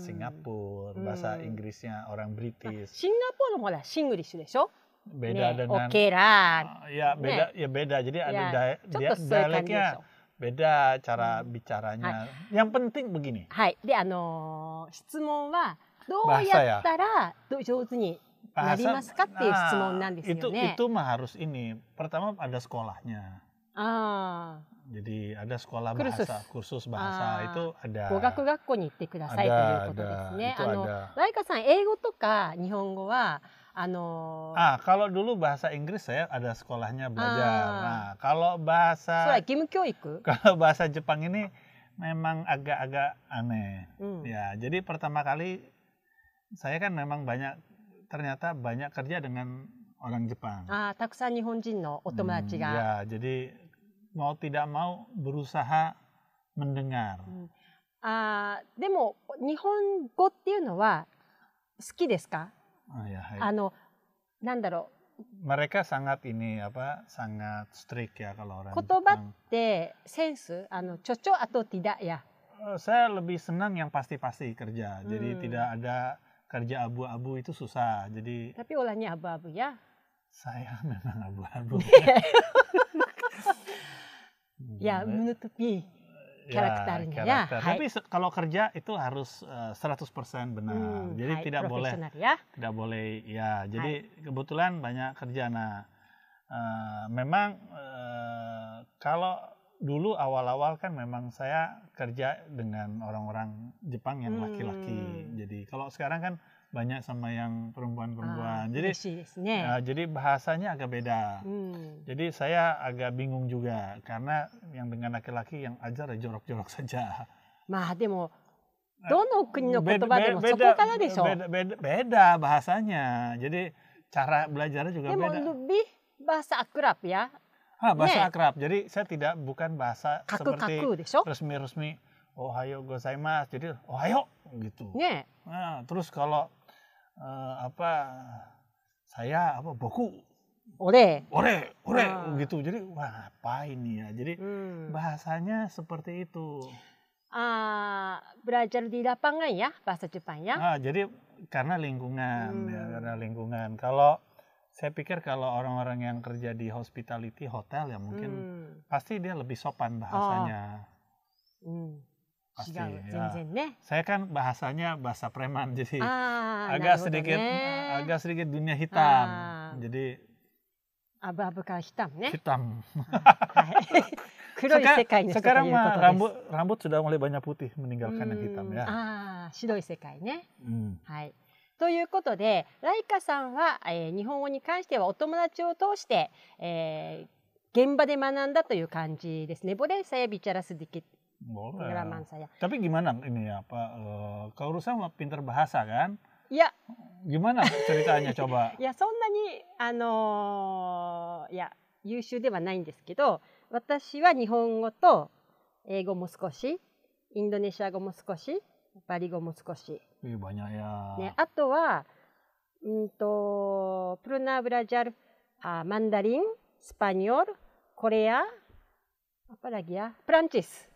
S1: Ya. Hmm.
S2: Singapura, bahasa
S1: Hmm.
S2: Inggrisnya orang
S1: まあ
S2: British.
S1: シンガポールもほらシングリッシュでしょ
S2: Beda
S1: ねえ
S2: dengan
S1: オケラ
S2: ya beda ya beda. Jadi ada
S1: kan? Ya, ちょっ
S2: dia- dia-
S1: とそういう感じでし
S2: dialeknya
S1: ょ
S2: beda cara
S1: Hmm.
S2: bicaranya. Yang penting begini.
S1: はいであのー質問はどう
S2: バサ
S1: やっ
S2: や
S1: たらど上手になりますかっていう質問なんですよ
S2: nah, itu
S1: ね
S2: itu mah harus ini. Pertama ada sekolahnya.
S1: ああ
S2: Jadi ada sekolah
S1: Kursus.
S2: bahasa, kursus bahasa
S1: Ah.
S2: itu ada.
S1: 語学学校に行ってくださいと
S2: ada,
S1: いうことで
S2: ada.
S1: すね。
S2: Itu
S1: あの
S2: ada.
S1: ライカさん英語とか日本語はあのー
S2: Ah, kalau dulu bahasa Inggris saya ada sekolahnya
S1: Ah.
S2: belajar. Nah, kalau
S1: それは
S2: bahasa
S1: 義務教育、
S2: kalau bahasa Jepang ini memang agak-agak aneh.
S1: うん、
S2: Ya, jadi pertama kali saya kan memang banyak ternyata banyak kerja dengan orang Jepang.
S1: あーたくさん日本人のお友達
S2: Hmm,
S1: が、
S2: ya, jadi mau tidak mau berusaha mendengar.
S1: あーでも日本語っていうのは好きですか、
S2: Ah, ya, hai.
S1: あのなんだろ
S2: Mereka sangat ini apa? Sangat strict ya kalau orang
S1: Kotobat.
S2: Jepang.
S1: うでセンスあのちょちょあとティダや
S2: Eh, saya lebih senang yang pasti-pasti kerja. Jadi
S1: Hmm.
S2: tidak ada kerja abu-abu itu susah. Jadi
S1: タピオラにアブアブや
S2: saya memang abu-abu. Hmm,
S1: いや
S2: ya,
S1: ムヌトゥピー karakternya, ya.
S2: karakter.
S1: Hai.
S2: Tapi se- kalau kerja itu harus eh, 100%
S1: う
S2: benar.
S1: ん
S2: Jadi
S1: はい
S2: tidak
S1: プロフェッ
S2: boleh
S1: ショナルや
S2: tidak boleh ya jadi kebetulan banyak kerja nah eh, memang eh, kalau dulu awal-awal kan memang saya kerja dengan orang-orang Jepang yang
S1: Hmm.
S2: laki-laki jadi kalau sekarang kan banyak sama yang
S1: あ
S2: perempuan-perempuan
S1: ー
S2: jadi
S1: 嬉しいですね。
S2: eh, jadi bahasanya agak beda
S1: Hmm. うん、
S2: jadi saya agak bingung juga karena yang dengan laki-laki yang ajar ya jorok-jorok saja
S1: まあでも
S2: あ
S1: どの国の言
S2: Beda-
S1: 葉でもそ
S2: beda-
S1: こからでしょ
S2: beda- beda- beda bahasanya jadi cara belajarnya juga
S1: でも
S2: beda
S1: ルビバーサアクラプや
S2: Ah, bahasa
S1: Nek.
S2: akrab. Jadi saya tidak bukan bahasa
S1: カクカ
S2: seperti
S1: クでしょ
S2: resmi-resmi. "Oh, Ohayo gozaimasu. Jadi ohayo gitu.
S1: ね
S2: Nah, terus kalau eh, apa saya apa boku
S1: え俺、
S2: ore ore
S1: Ah.
S2: gitu. Jadi wah apa ini ya. Jadi
S1: うん、
S2: bahasanya seperti itu.
S1: あーブラジャルディラパンガンやバーサジュパンや
S2: Ah, jadi karena lingkungan ya,
S1: Hmm.
S2: karena lingkungan. Kalau saya pikir kalau orang-orang yang kerja di hospitality hotel ya
S1: う
S2: mungkin
S1: ん、
S2: pasti dia lebih
S1: Oh.
S2: sopan bahasanya.
S1: うん、違う
S2: Pasti,
S1: 全
S2: ya.
S1: 然ね
S2: saya kan bahasanya bahasa preman jadi
S1: Ah, ああ
S2: agak sedikit eh,
S1: ね
S2: agak sedikit dunia hitam
S1: nah, Ah.
S2: jadi
S1: アブアブから来たのね、
S2: hitam
S1: はい、 黒い
S2: Seka-
S1: 世界の人という
S2: sekarang
S1: こと
S2: mah
S1: です
S2: rambut rambut sudah mulai banyak putih
S1: う
S2: meninggalkan yang hitam
S1: ん
S2: ya
S1: ああ白い世界ね
S2: Hmm.
S1: はい。ということで、ライカさんは、えー日本語に関してはお友達を通して、えー現場で学んだという感じですね。ボレーサやビチャラスディケ
S2: boleh
S1: グラマンサや。
S2: tapi gimana ini ya pak Eh, kau rusak mah pinter bahasa kan
S1: いや、
S2: gimana ceritanya coba
S1: いや、そんなに、あのーいや、優秀ではないんですけど、私は日本語と英語も少し、インドネシア語も少し、バリ語も少し、
S2: Wih, banyak ya
S1: ね、あとは、うんと、プロナブラジャル、あマンダリン、スパニョル、コレア、 apa lagi ya? Perancis.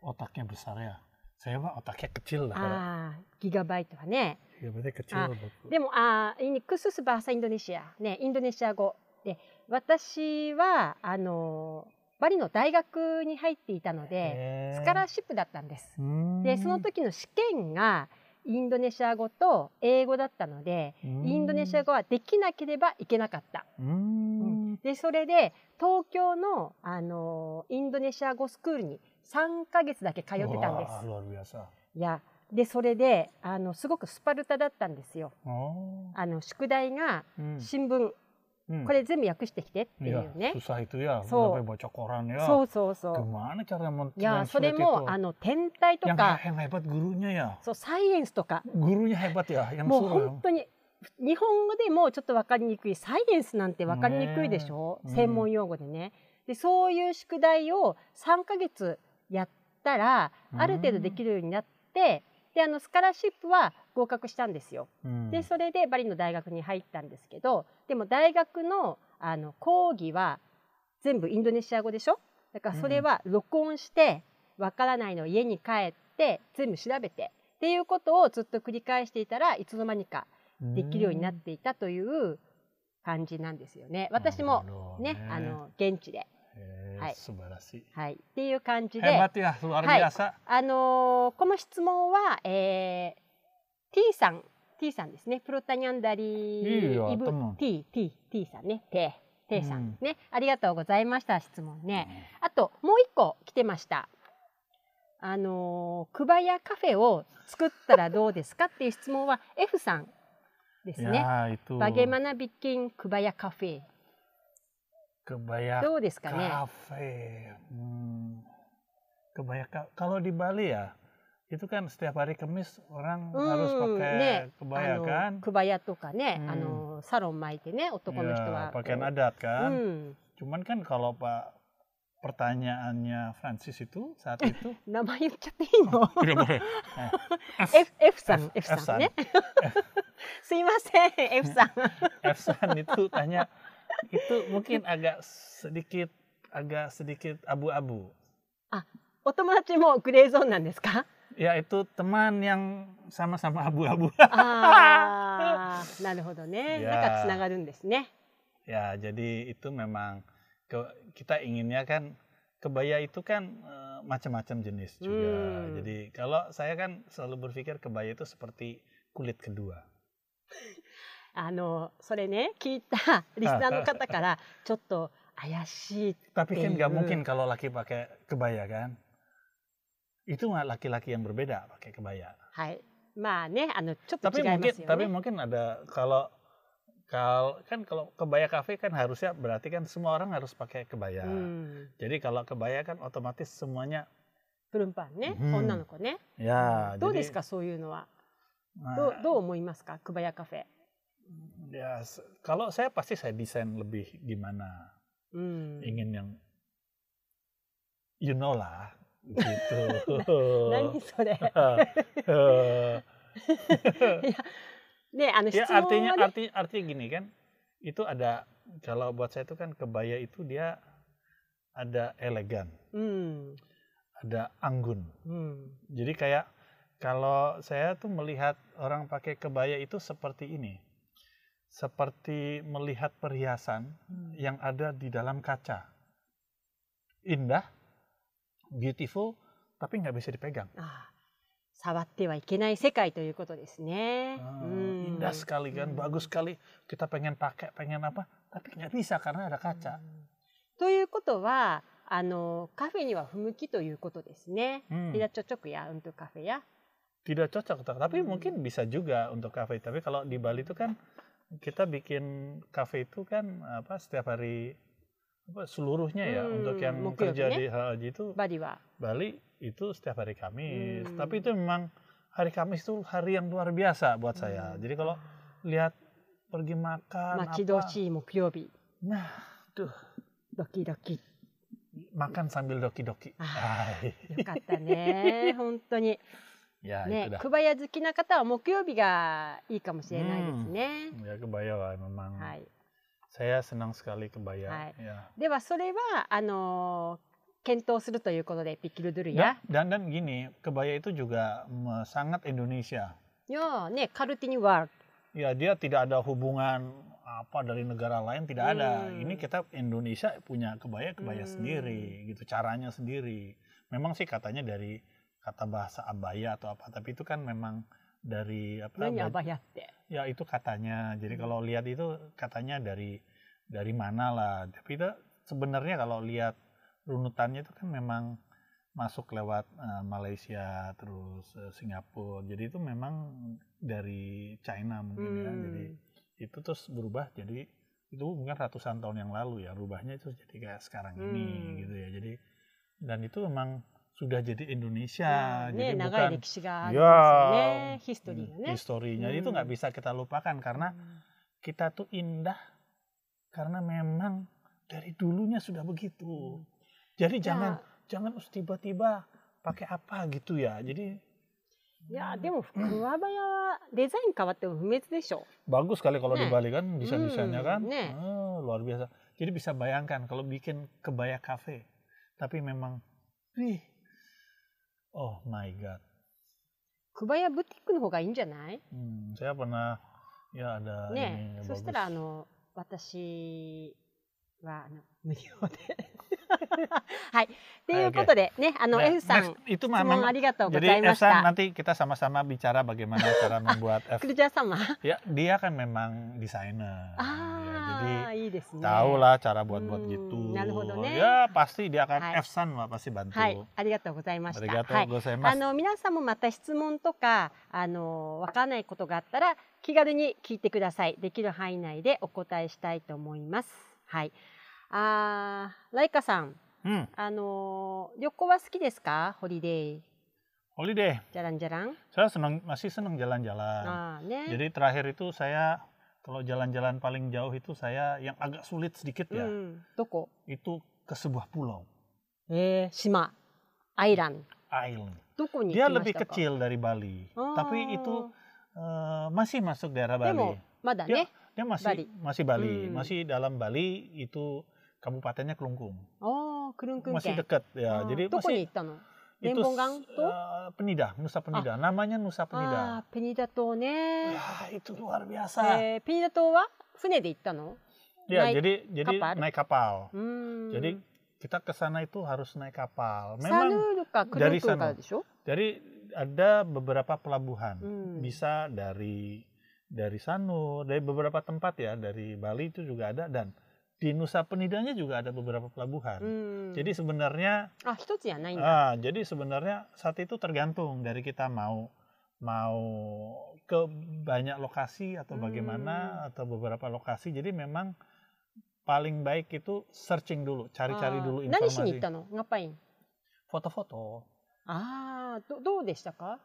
S2: Otaknya besar ya. Saya mah otaknya kecil lah. kalau
S1: ああ、ギガバイトはね。
S2: Ya, berarti kecil.
S1: Ah,
S2: buku.
S1: でも、あーイニクススバーサインドネシア、ね、インドネシア語で、私はあのバリの大学に入っていたので、
S2: Eh.
S1: スカラーシップだったんです。
S2: Hmm.
S1: で、その時の試験がインドネシア語と英語だったので、
S2: Hmm.
S1: インドネシア語はできなければいけなかった。
S2: Hmm.
S1: で、それで東京のあのインドネシア語スクールに3ヶ月だけ通ってたんです
S2: Wah,。luar biasa.
S1: いや、で、それであのすごくスパルタだったんですよ。
S2: Oh.
S1: あの宿題が
S2: Hmm.
S1: 新聞、
S2: Hmm.
S1: これ全部訳してきてってい
S2: Ya,
S1: うね。
S2: susah itu ya,
S1: So. Ya,
S2: sampai baca koran ya.
S1: そうそうそう。
S2: Gimana cara
S1: いや、
S2: mentranslate
S1: それ
S2: itu?
S1: もあの天体と
S2: Yang,
S1: か、
S2: yang hebat gurunya ya.
S1: そうサイエンスとか、
S2: Gurunya hebat ya, yang
S1: もう
S2: suruh.
S1: 本当に日本語でもちょっとわかりにくいサイエンスなんてわかりにくいでしょ。
S2: ね
S1: 専門用語でね。で、そういう宿題を3ヶ月やったらある程度できるようになって、で、あのスカラシップは合格したんですよ。
S2: Hmm.
S1: でそれでバリの大学に入ったんですけどでも大学のあの講義は全部インドネシア語でしょだからそれは録音してわからないのを家に帰って全部調べてっていうことをずっと繰り返していたらいつの間にかできるよ
S2: Hmm.
S1: うになっていたという感じなんですよね。私も
S2: eh.
S1: ねあの現地で、はい。はい、っていう感じで
S2: Hebat ya, luar
S1: Hai.
S2: biasa.
S1: あのーこの質問は、えー、T さん T さんですねプロタニャンダリ
S2: いいよ
S1: イブ
S2: 頭
S1: T, T, T さんね T, T さ
S2: うんん
S1: ね、ありがとうございました質問ねあともう一個来てましたあのー、クバヤカフェを作ったらどうですかっていう質問は F さんですね
S2: Ya, itu.
S1: バゲマナビッキンクバヤカフェ
S2: Kebayak
S1: どうですかね
S2: kafe. Hmm. Kebayakan kalau di Bali ya, itu kan setiap hari Kamis orang harus
S1: Hmm, anu,
S2: pakai
S1: ne. あ
S2: kebaya
S1: の
S2: kan?
S1: クバヤとかね、
S2: うん
S1: あのーサロン巻いてね男の人
S2: Ya,
S1: はこう
S2: pakaian adat
S1: う
S2: kan.
S1: ん
S2: Cuman kan kalau Pak pertanyaannya Francis itu saat itu
S1: 名前言っちゃっていいの
S2: tidak boleh. Eh, F,
S1: F, F さん
S2: F-
S1: F
S2: F
S1: さ
S2: さ
S1: ん
S2: ん
S1: ね すいません F さ ん
S2: Efsan itu tanya itu mungkin agak sedikit agak sedikit abu-abu.
S1: お友達もグレーゾーンなんです か
S2: Ya itu teman yang sama-sama abu-abu.
S1: ああなるほどね
S2: いや
S1: な
S2: ー
S1: んかつながるんですね
S2: ya jadi itu memang ke- kita inginnya kan kebaya itu kan eh, macam-macam jenis juga.
S1: Hmm.
S2: Jadi kalau saya kan selalu berpikir kebaya itu seperti kulit kedua.
S1: あのそれね聞いたリスナーの方 からちょっと怪しい
S2: Tapi kan
S1: Iya.
S2: nggak mungkin kalau laki pakai kebaya kan. Itu mah laki-laki yang berbeda pakai kebaya.
S1: はいまあねあのちょっと違
S2: tapi
S1: いま
S2: mungkin
S1: すよ
S2: tapi
S1: ね
S2: mungkin ada kalau kalau kan kalau kebaya kafe kan harusnya berarti kan semua orang harus pakai
S1: う
S2: kebaya.
S1: ん
S2: Jadi kalau kebaya kan otomatis semuanya
S1: プルンパンね、
S2: うん
S1: 女の子ね、
S2: ya.
S1: どう
S2: jadi,
S1: ですかそういうのは
S2: nah,
S1: どうどう思いますかクバヤカフェ
S2: ya se- kalau saya pasti saya desain lebih gimana
S4: Hmm.
S1: うん、
S2: ingin yang you know lah gitu.
S4: nah, gitu.
S1: 何それねあの質
S2: Eh, ya
S1: 問はね
S2: artinya arti artinya gini kan itu ada kalau buat saya itu kan kebaya itu dia ada elegan
S1: うん、
S2: ada anggun
S1: うん、
S2: jadi kayak kalau saya tuh melihat orang pakai kebaya itu seperti ini seperti melihat perhiasan yang ada di dalam kaca indah beautiful tapi nggak bisa dipegang
S1: ああ触ってはいけない世界ということですね。
S2: Ah,
S1: うん、
S2: indah sekali kan
S1: Hmm.
S2: bagus sekali kita pengen pakai pengen apa tapi nggak bisa karena ada kaca
S1: うんということはあのカフェには不向きということですね。
S2: Hmm,
S1: リラチョチョクやウントカフェや。
S2: tidak cocok ta- tapi
S1: Hmm.
S2: mungkin bisa juga untuk kafe tapi kalau di Bali itu kan kita bikin kafe itu kan apa setiap hari apa seluruhnya ya
S1: Hmm,
S2: untuk yang
S1: mungkin
S2: kerja
S1: ya.
S2: di HLJ itu
S1: バリは。
S2: Bali itu setiap hari Kamis
S1: Hmm.
S2: tapi itu memang hari Kamis itu hari yang luar biasa buat
S1: Hmm.
S2: saya jadi kalau lihat pergi makan
S1: 待
S2: apa
S1: ち遠しい木曜日
S2: nah tuh
S1: ドキドキ。
S2: makan sambil doki-doki
S1: Ah.
S2: Hai.
S1: よかった ね本当に。
S2: ya itu
S1: ね
S2: dah
S1: クバヤ好きな方は木曜日がいいかもしれないですね。
S2: ya kebaya lah memang
S1: はい。
S2: ya. saya senang sekali
S1: Hai.
S2: kebaya ya
S1: ではそれはあの
S4: 検討するということでピッキルドゥル
S1: Ya?
S2: Dan,
S4: や、
S2: dan dan gini, kebaya itu juga me- sangat Indonesia.
S4: いやねカルティニワール
S2: Ya dia tidak ada hubungan apa dari negara lain tidak ada.
S4: Hmm.
S2: Ini kita Indonesia punya kebaya kebaya
S4: Hmm.
S2: sendiri, gitu caranya sendiri. Memang sih katanya dari kata bahasa abaya atau apa, tapi itu kan memang dari apa?
S4: 何ア
S2: baju-
S4: バヤって
S2: Ya itu katanya. Jadi
S4: Hmm.
S2: kalau lihat itu katanya dari dari mana lah. Tapi itu sebenarnya kalau lihat runutannya itu kan memang masuk lewat eh, Malaysia terus eh, Singapura. Jadi itu memang dari China mungkin ya.
S4: Hmm.
S2: Jadi itu terus berubah jadi itu mungkin ratusan tahun yang lalu ya rubahnya itu jadi kayak sekarang ini
S4: Hmm.
S2: gitu ya. Jadi dan itu memang sudah jadi
S4: ま
S2: Indonesia.
S4: あ
S2: Jadi
S4: ね長
S2: bukan
S4: い歴史があ
S2: い
S4: り
S2: や
S4: ますよ
S2: ー
S4: ねヒストリーがね。
S2: historinya. Jadi itu
S4: Hmm.
S2: nggak bisa kita lupakan karena kita tuh indah karena memang dari dulunya sudah
S4: Hmm.
S2: begitu. Jadi
S4: じゃ
S2: jangan
S4: あ
S2: jangan us tiba-tiba pakai apa gitu ya. Jadi
S4: いやでも桑林はデザイン変わっても不滅でしょ。
S2: bagus sekali kalau
S4: Nah.
S2: dibalik kan desain-desainnya
S4: Hmm,
S2: kan.
S4: nah.
S2: Eh, luar biasa. Jadi bisa bayangkan kalau bikin kebaya kafe tapi memang wih oh my god.
S4: 桑林ブティックの方がいいんじゃない
S2: Hmm, saya pernah ya ada
S4: ね
S2: ini
S4: そした
S2: bagus.
S4: らあの私はあの無料で。 はい。ということでねあの
S2: Nah,
S4: F さん
S2: next, itu
S4: 質問
S2: memang
S4: ありがとうご
S2: Jadi
S4: ざいまし
S2: Efsan
S4: た。
S2: nanti kita sama-sama bicara bagaimana cara membuat F.
S4: クルジャー 様。
S2: Ya, dia kan memang desainer. Ya,
S4: あ
S2: jadi
S4: あ、いいですね。
S2: tahu lah cara buat-buat
S4: Ah, iya. Hmm,
S2: gitu.
S4: naruhodone.
S2: Ya, pasti dia akan
S4: Hai.
S2: Efsan lah pasti bantu.
S4: はい、ありがとうございました。
S2: Arigatou
S4: はい。あ
S2: gozaimasu.
S4: の皆さんもまた質問とかあのわからないことがあったら気軽に聞いてください。できる範囲内でお答えしたいと思います。はい。あーライカさん、
S2: Hmm,
S4: あの旅行は好きですか？ホリデー、
S2: holiday.
S4: じゃらんじゃらん。
S2: Saya senang masih senang jalan-jalan.
S4: ああね。
S2: Jadi terakhir itu saya kalau jalan-jalan paling jauh itu saya yang agak sulit sedikit
S4: う
S2: ya,
S4: ん。どこ？
S2: itu ke sebuah pulau,
S4: えー、島、アイランド。
S2: island.
S4: どこに行
S2: Dia
S4: きまし
S2: lebih
S4: たか？
S2: kecil dari Bali,
S4: あー
S2: tapi itu eh, masih masuk daerah Bali.
S4: でもまだ
S2: Dia,
S4: ね。
S2: dia masih
S4: Bali.
S2: masih Bali,
S4: Hmm.
S2: masih dalam Bali itu kabupatennya Kelungkung.
S4: おークルンクン県
S2: Masih。dekat ya.
S4: あー
S2: Jadi
S4: どこに
S2: masih
S4: 行ったの？
S2: itu
S4: Lembongang tuh? Ah.
S2: eh, Penida, Nusa Penida. Namanya Nusa
S4: ああ
S2: Penida.
S4: ーペニダ島ね。
S2: Wah, itu luar biasa.
S4: えーペニダ島は船で行ったの？
S2: ya,
S4: naik
S2: jadi jadi
S4: kapal. Hmm.
S2: naik kapal.
S4: うーん。
S2: Jadi kita ke sana itu harus naik kapal.
S4: サ
S2: Memang
S4: ヌールかクルンクンからでしょ？
S2: dari ada beberapa pelabuhan.
S4: うん。
S2: Bisa dari dari Sanur, dari beberapa tempat ya, dari Bali itu juga ada dan di Nusa Penidanya juga ada beberapa pelabuhan.
S4: うん。
S2: Jadi sebenarnya
S4: あ一つじゃないんだ。
S2: Ah, jadi sebenarnya saat itu tergantung dari kita mau mau ke banyak lokasi atau
S4: Hmm.
S2: bagaimana atau beberapa lokasi. Jadi memang paling baik itu searching dulu, cari-cari
S4: あー
S2: dulu
S4: 何しに行っ
S2: informasi.
S4: たの？ガパイン。
S2: Foto-foto.
S4: ああどどうでしたか？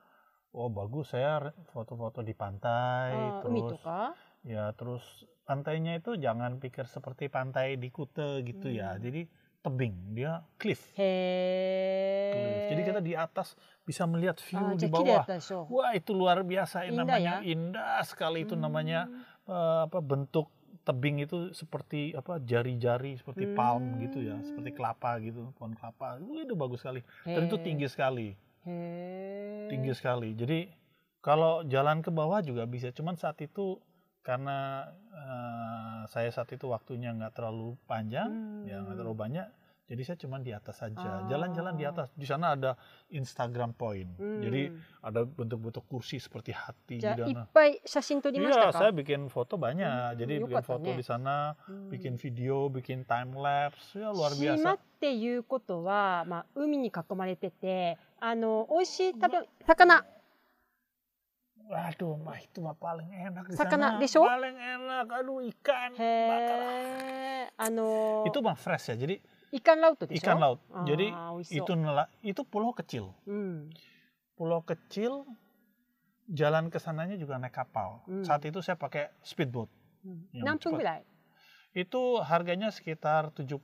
S2: Oh bagus saya re- foto-foto di pantai
S4: あー海と
S2: terus
S4: か？
S2: ya terus pantainya itu jangan pikir seperti pantai di Kute gitu ya.
S4: Hmm.
S2: Jadi tebing, dia cliff.
S4: へえ
S2: Cliff.。Jadi kita di atas bisa melihat
S4: あ
S2: view
S4: ーじ
S2: di
S4: ゃあ綺麗
S2: bawah.
S4: だったでしょ？
S2: Wah itu luar biasa
S4: Indah
S2: namanya
S4: ya? Hmm.
S2: indah sekali itu namanya eh, apa bentuk tebing itu seperti apa jari-jari seperti palm
S4: Hmm.
S2: gitu ya seperti kelapa gitu pohon kelapa Wih, itu bagus sekali dan
S4: へー
S2: itu tinggi sekali
S4: へー
S2: tinggi sekali jadi kalau jalan ke bawah juga bisa cuman saat itu karena eh, saya saat itu waktunya nggak terlalu panjang ya nggak terlalu banyak jadi saya cuman di atas saja
S4: Ah.
S2: jalan-jalan di atas di sana ada Instagram point
S4: うん。
S2: jadi ada bentuk-bentuk kursi seperti hati
S4: じゃ
S2: di
S4: あいっ
S2: sana.
S4: ぱい写真撮りまし
S2: Iya,
S4: たか？
S2: saya bikin foto banyak.
S4: Hmm,
S2: Jadi
S4: yuk
S2: bikin
S4: katanya.
S2: foto di sana,
S4: うん
S2: bikin video, bikin time lapse, ya luar
S4: 島
S2: biasa.
S4: っていうことは、まあ、海に囲まれててあの美味しい食べ魚
S2: Aduh, mah itu mah paling enak di sana.
S4: Sakana de show?
S2: Paling enak, aduh ikan.
S4: へ
S2: bakar.
S4: えあの
S2: Itu mah fresh ya. Jadi
S4: イカンラウトでしょ
S2: ikan laut.
S4: あー
S2: Jadi
S4: 美味しそう
S2: itu nela- itu pulau kecil.
S4: うん、
S2: Pulau kecil jalan ke sananya juga naik kapal.
S4: Hmm.
S2: Saat itu saya pakai speedboat.
S4: うん
S2: いや
S4: 何分ぐらい
S2: Itu harganya sekitar 75.000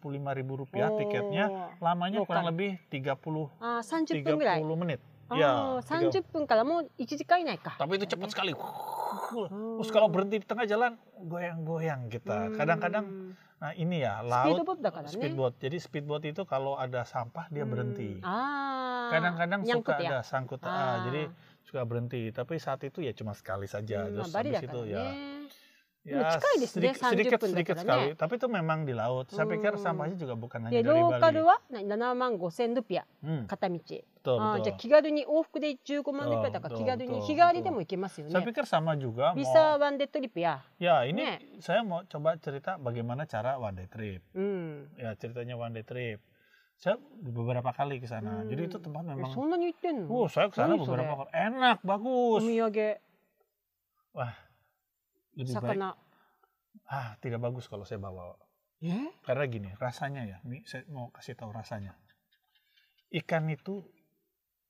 S2: rupiah tiketnya.
S4: おー
S2: Lamanya kurang
S4: Oh.
S2: lebih
S4: Bukan.
S2: 30
S4: あー30分ぐらい
S2: 30 menit.
S4: あー
S2: Ya, 30
S4: 30分からもう1時間以内か
S2: Tapi itu cepat
S4: ね
S2: sekali. Terus
S4: うん Hmm.
S2: kalau berhenti di tengah jalan, goyang-goyang kita. Kadang-kadang
S4: うん
S2: Nah ini ya
S4: スピー
S2: laut
S4: ドボートだからね。
S2: speedboat. Jadi speedboat itu kalau ada sampah dia
S4: Hmm.
S2: berhenti.
S4: Ah,
S2: Kadang-kadang suka
S4: nyangkut ya?
S2: ada sangkut, ah,
S4: Ah.
S2: jadi suka berhenti. Tapi saat itu ya cuma sekali saja.
S4: Hmm,
S2: Terus
S4: nah、バリ
S2: habis
S4: だか
S2: itu
S4: らね
S2: ya,。
S4: Nah, sekali di sini,
S2: sedikit, sedikit,
S4: 30
S2: sedikit
S4: dekat
S2: sekali.
S4: ya.
S2: Tapi itu memang di laut. Saya pikir
S4: Hmm.
S2: sampahnya juga bukan hanya
S4: で、
S2: dari
S4: ローカ
S2: Bali.
S4: ルはな7万5千ルピア、
S2: Hmm,
S4: 片道。
S2: betul,
S4: あ
S2: betul.
S4: ーじゃあ気軽に往復で15万ルピアだから
S2: あー
S4: 気軽に
S2: どう
S4: 日帰りでも行けますよ
S2: Saya
S4: ね。
S2: pikir sama juga.
S4: ビ
S2: mau-
S4: サワンデッドリピア。
S2: ya ini
S4: Nek.
S2: saya mau coba cerita bagaimana cara one day trip.
S4: うん。
S2: Ya ceritanya one day trip. Saya beberapa kali ke sana. Jadi itu
S4: Hmm.
S2: tempat
S4: え
S2: memang.
S4: そんなに行ってん
S2: Wow,
S4: の
S2: saya ke sana
S4: Serius,
S2: beberapa kali.
S4: Dek?
S2: Enak, bagus.
S4: お土産、
S2: Lebih baik
S4: 魚。
S2: Ah, tidak bagus kalau saya bawa.
S4: え
S2: Karena gini, rasanya ya. Ini saya mau kasih tahu rasanya. Ikan itu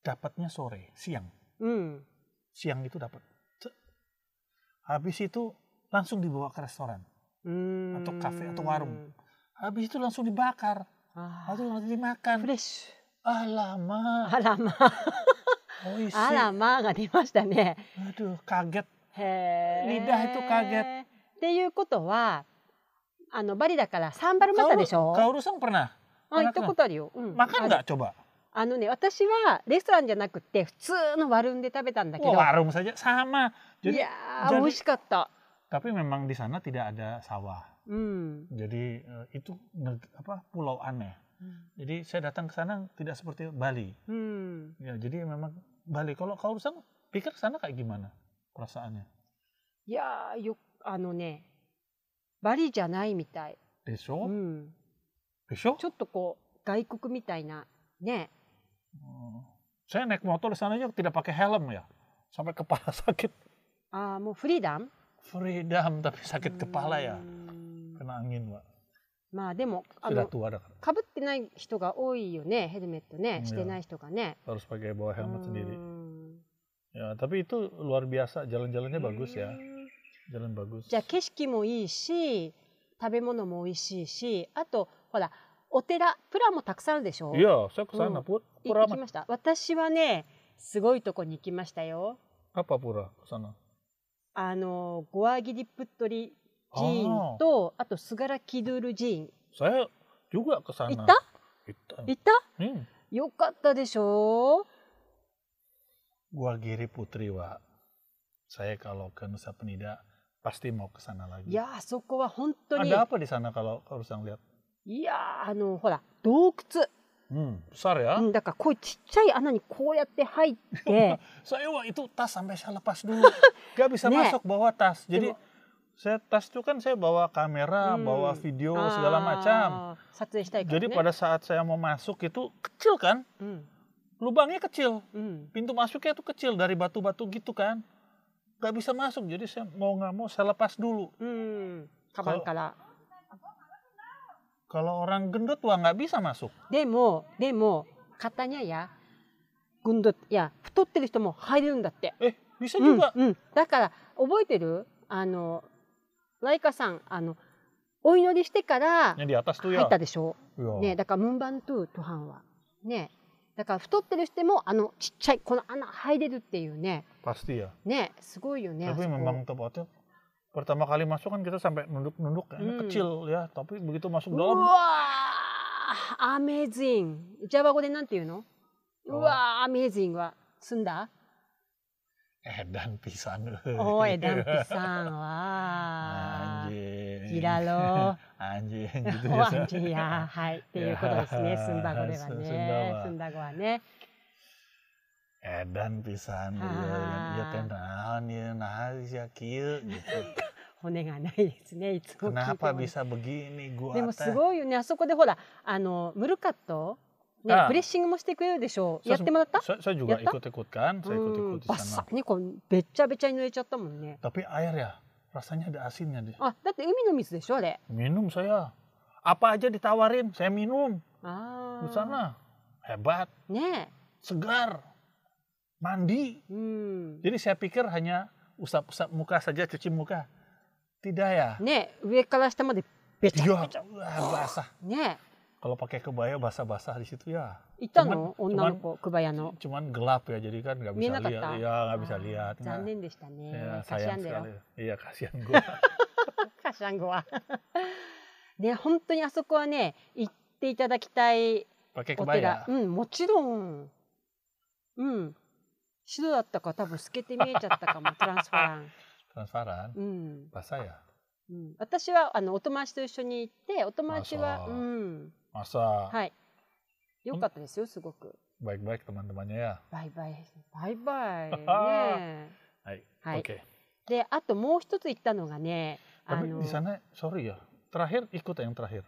S2: dapatnya sore, siang.
S4: うん。
S2: Siang itu dapat. Cek. Habis itu langsung dibawa ke restoran.
S4: うーん。
S2: あとカフェあとワルム。Habis itu langsung dibakar.
S4: あー
S2: Lalu langsung
S4: フ
S2: dimakan. Ah,
S4: レッシュ。
S2: Alamak,
S4: あらまあ、
S2: oishi.
S4: あらまあが出ましたね。
S2: Oh, Aduh, kaget.
S4: へえ。
S2: リーダーとカーゲッ
S4: っていうことは、あのバリだからサンバルマタ
S2: Kau-
S4: でしょ。
S2: Kau rusang pernah?
S4: あ、行ったことあるよ。うん。
S2: Makan
S4: ある
S2: nggak coba?
S4: あのね、私はレストランじゃなくて普通のワルンで食べたんだけど。
S2: Wah, warung saja sama.
S4: い
S2: Jadi,
S4: やー、
S2: jadi-
S4: 美味しかった。
S2: tapi memang di sana tidak ada sawah.
S4: うん。
S2: Jadi eh, itu neg- apa pulau aneh. Jadi saya datang ke sana tidak seperti Bali.
S4: うん。
S2: Ya, jadi memang Bali. Kalau kau rusang, pikir sana kayak gimana perasaannya?
S4: いやー、よ、あのね、バリじゃないみたい。う
S2: Besok,
S4: ん。
S2: besok.
S4: ちょっとこう外国みたいなね。
S2: Hmm. Saya naik motor di sana aja tidak pakai helm ya, sampai kepala sakit.
S4: ああ、もうフリーダン。
S2: Freedom tapi sakit kepala ya,
S4: うーん
S2: kena angin pak.
S4: まあでもあ
S2: Sudah
S4: の
S2: tua dah kan.
S4: かぶってない人が多いよねヘルメットね
S2: うん
S4: してない人がね。
S2: harus pakai bawa
S4: う
S2: helmet
S4: ー
S2: sendiri.
S4: ん
S2: Ya, tapi itu luar biasa. Jalan-jalannya
S4: Hmm.
S2: bagus ya, jalan bagus.
S4: じゃあ景色もいいし食べ物も美味しいしあとほらお寺プラもたくさんあるでしょ。
S2: Iya, saya ke sana
S4: Hmm.
S2: pura,
S4: い
S2: pura
S4: 行
S2: apa?
S4: きました。私はねすごいとこに行きましたよ。
S2: apa pura ke sana?
S4: あのゴアギリプットリ
S2: Oh,
S4: 寺院とあとスガラキドゥール寺院
S2: saya juga ke sana.
S4: 行った
S2: Kita.
S4: 行った
S2: Hmm.
S4: よかったでしょ
S2: Gua Giri Putri, Wak. Saya kalau ke Nusa Penida pasti mau ke sana lagi.
S4: いやあそこは本当に
S2: Ada apa di sana kalau harus yang lihat?
S4: いやああのほら洞窟
S2: Hmm, besar ya.
S4: うんだからこういうちっちゃい穴にこうやって入って
S2: Saya wah itu tas sampai saya lepas dulu. Gak bisa
S4: Nek.
S2: masuk bawa tas. Jadi saya tas itu kan saya bawa kamera,
S4: Hmm.
S2: bawa video segala macam.
S4: あー撮影したいから、ね、
S2: Jadi pada saat saya mau masuk itu kecil kan?
S4: うん、
S2: Lubangnya kecil.
S4: うん、
S2: pintu masuknya itu kecil dari batu-batu gitu kan nggak bisa masuk jadi saya mau nggak mau saya lepas dulu
S4: うん、カバンから。
S2: kalau orang gendut wah nggak bisa masuk
S4: でもでも肩にゃや軍団いや太ってる人も入れるんだって。
S2: eh bisa
S4: うん
S2: juga
S4: うん、だから覚えてるあのライカさんあのお祈りしてから
S2: yang di atas tuh
S4: 入
S2: ya,
S4: ったでしょ
S2: Iya.
S4: ねだからムンバントゥートハンはねだから太ってる人でもあのちっちゃいこの穴入れるっていうね
S2: pasti ya
S4: ねすごいよね
S2: tapi
S4: あそこ
S2: memang tempatnya pertama kali masuk kan kita sampai nunduk-nunduk kayaknya
S4: Hmm.
S2: kecil ya tapi begitu
S4: う
S2: masuk
S4: わ
S2: dalam
S4: アメージングジャワ語でなんて言うのうわアメージングは済んだ
S2: eh dan pisan
S4: おいダンピさんは
S2: anjing
S4: ギラロ
S2: anjing
S4: ー
S2: gitu
S4: お
S2: ya
S4: アンジ
S2: saya.
S4: ーやはいっていうことです
S2: い
S4: ね
S2: やー
S4: スンバ語では
S2: スン
S4: ねスン
S2: ダ
S4: ダ語はね
S2: edan pisan
S4: Ah.
S2: iya ya teh naon ieu naon sia kieu iya, gitu
S4: 骨がないですねいつも聞いても
S2: Kenapa bisa begini gua
S4: でもす
S2: teh?
S4: ごいよねあそこでほらあのムルカット、ね
S2: ああ
S4: ブレッシングもしてくれるでしょう
S2: そう
S4: やっ
S2: そう
S4: てもらった、
S2: Saya, saya juga
S4: Ya, tak?
S2: ikut-ikut kan,
S4: う
S2: saya
S4: ん
S2: ikut-ikut di
S4: バッ
S2: sana.
S4: サッねこうべっちゃべちゃに濡れちゃったもんね
S2: Tapi air ya, rasanya ada asinnya deh.
S4: あだって海の水でしょあれ
S2: Minum saya, apa aja ditawarin, saya minum
S4: あ
S2: di
S4: あ
S2: sana. Hebat,
S4: ね
S2: segar, mandi.
S4: えうん
S2: Jadi saya pikir hanya usap-usap muka saja, cuci muka. Tidak ya?
S4: ねえ上から下までべちゃ
S2: Iya, wah, basah.
S4: ね
S2: Kalau pakai kebaya basah-basah di situ ya.
S4: えいたの
S2: ちょま
S4: 女の子久保屋の
S2: Cuman gelap ya, jadi kan nggak bisa
S4: Minat
S2: lihat.
S4: kata.
S2: Iya, nggak bisa
S4: あー
S2: lihat. Nah.
S4: 残念でしたね
S2: Ya,
S4: カシャ
S2: sayang
S4: ンだよ
S2: sekali. Iya, kasihan gua.
S4: カシャン語はで本当にあそこはね行っていただきたい
S2: pakai
S4: お
S2: kebaya.
S4: 寺うんもちろんうん白だったから多分透けて見えちゃった かもトランスファラン
S2: Transparan.
S4: うん、
S2: Bahasa ya?
S4: うん、私はあのお友達と一緒に行ってお友達は
S2: あ
S4: う
S2: そうん Masa
S4: はい良かったですよすごく
S2: baik-baik teman-temannya ya?
S4: バイバイバイバイ ねえ
S2: Baik.
S4: Hai.
S2: Oke.
S4: であともう一つ行ったのがね
S2: Tapi
S4: Anu.
S2: di sana, sorry ya, terakhir ikut yang terakhir.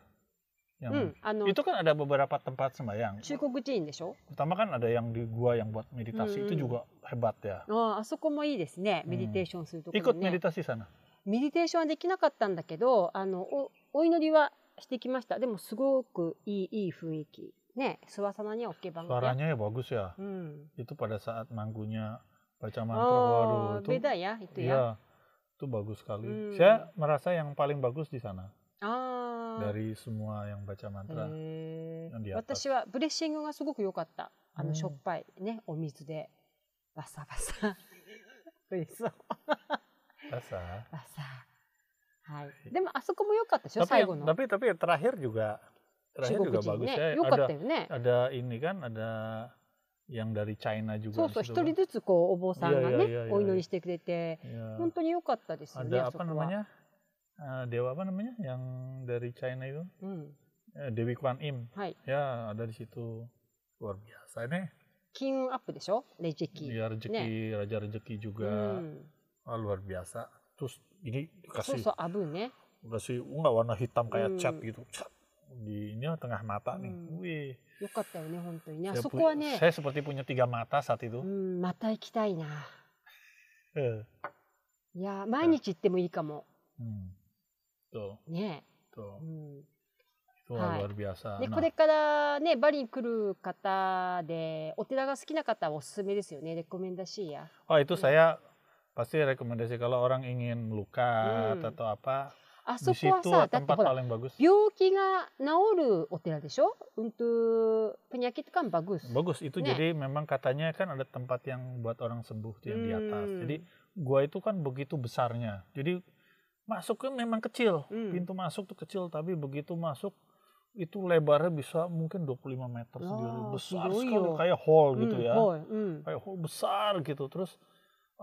S4: う
S2: Yang
S4: ん、あの
S2: itu kan ada beberapa tempat sembahyang.
S4: 中国寺院でしょ
S2: Pertama kan ada yang di gua yang buat meditasi
S4: Hmm.
S2: itu juga hebat ya.
S4: あーあそこもいいですね
S2: うん
S4: メディテーションするところ
S2: Ikut
S4: ね、
S2: meditasi sana.
S4: メディテーションはできなかったんだけどあのおお祈りはしてきましたでもすごくいいいい雰囲気ね諏訪様にはおけば
S2: Suaranya ya bagus ya.
S4: うん、
S2: Itu pada saat manggunya baca mantra waduh
S4: ああ
S2: itu.
S4: ベダヤ Oh, itu
S2: Iya.
S4: ya
S2: Itu bagus sekali.
S4: Hmm.
S2: Saya merasa yang paling bagus di sana
S4: ああ
S2: dari semua yang baca mantra.
S4: Hmm. へ
S2: なんで
S4: え
S2: やった
S4: 私はブレッシングがすごく良かったあ
S2: う
S4: の
S2: ん
S4: しょっぱいねお水でバサバ サ美味しそう
S2: Rasa.
S4: バサはいでもあそこも良かったでしょ
S2: Tapi
S4: 最
S2: yang,
S4: 後の
S2: tapi tapi yang terakhir juga
S4: 中
S2: terakhir
S4: 国
S2: juga
S4: 人
S2: bagus ya.
S4: ね良か
S2: Ada
S4: ったよね
S2: ada ini kan ada yang dari China
S4: そ
S2: juga.
S4: うそう
S2: di situ
S4: 一
S2: kan.
S4: 人ずつこうお坊さんが
S2: いやいやいやい
S4: ね
S2: や
S4: お祈りしてくれて
S2: Iya.
S4: 本当に良かったですよね
S2: Ada
S4: あそ
S2: apa
S4: こは
S2: namanya? Eh, dewa apa namanya yang dari China itu?
S4: うん、
S2: Eh, Dewi Kwan Im.
S4: はい、
S2: Ya, ada di situ. Luar biasa ini.
S4: 金運アップでしょレジェキ、
S2: Ya rezeki, raja rezeki
S4: う
S2: juga.
S4: ん、
S2: Wah, luar biasa. Terus ini
S4: そう
S2: dikasih
S4: そうアブね
S2: dikasih enggak warna hitam kayak
S4: Hmm.
S2: cat gitu. Cat. Di ini tengah mata nih.
S4: Hmm.
S2: Wih.
S4: 良かったよね本当にねあ
S2: Saya,
S4: そ
S2: pu-
S4: こはね
S2: saya seperti punya tiga mata saat
S4: う
S2: itu.
S4: んまた行きたいな
S2: Eh.
S4: いや毎日行ってもいいかも
S2: Hmm. Tuh,
S4: ね、
S2: tuh.
S4: うん、
S2: Itu wah,
S4: Hai.
S2: luar biasa.
S4: で
S2: Nah,
S4: これからねバリに来る方でお寺が好きな方はおすすめですよねレコメンダシーや
S2: oh itu saya pasti rekomendasi kalau orang ingin melukat
S4: Hmm.
S2: atau apa
S4: あ
S2: di
S4: そこは
S2: situ
S4: さだって
S2: tempat
S4: ほら
S2: paling bagus.
S4: 病気が治るお寺でしょうんとペニャキットカンバグース
S2: Bagus itu
S4: Nek.
S2: jadi memang katanya kan ada tempat yang buat orang sembuh tuh yang di atas.
S4: Hmm.
S2: Jadi gua itu kan begitu besarnya. Jadi masuknya memang kecil.
S4: Hmm.
S2: Pintu masuk tuh kecil tapi begitu masuk itu lebarnya bisa mungkin 25 meter
S4: Wah,
S2: sendiri. Besar
S4: gila
S2: sekali
S4: ya.
S2: kayak hall
S4: うん
S2: gitu ya.
S4: はいうん
S2: Kayak hall besar gitu. Terus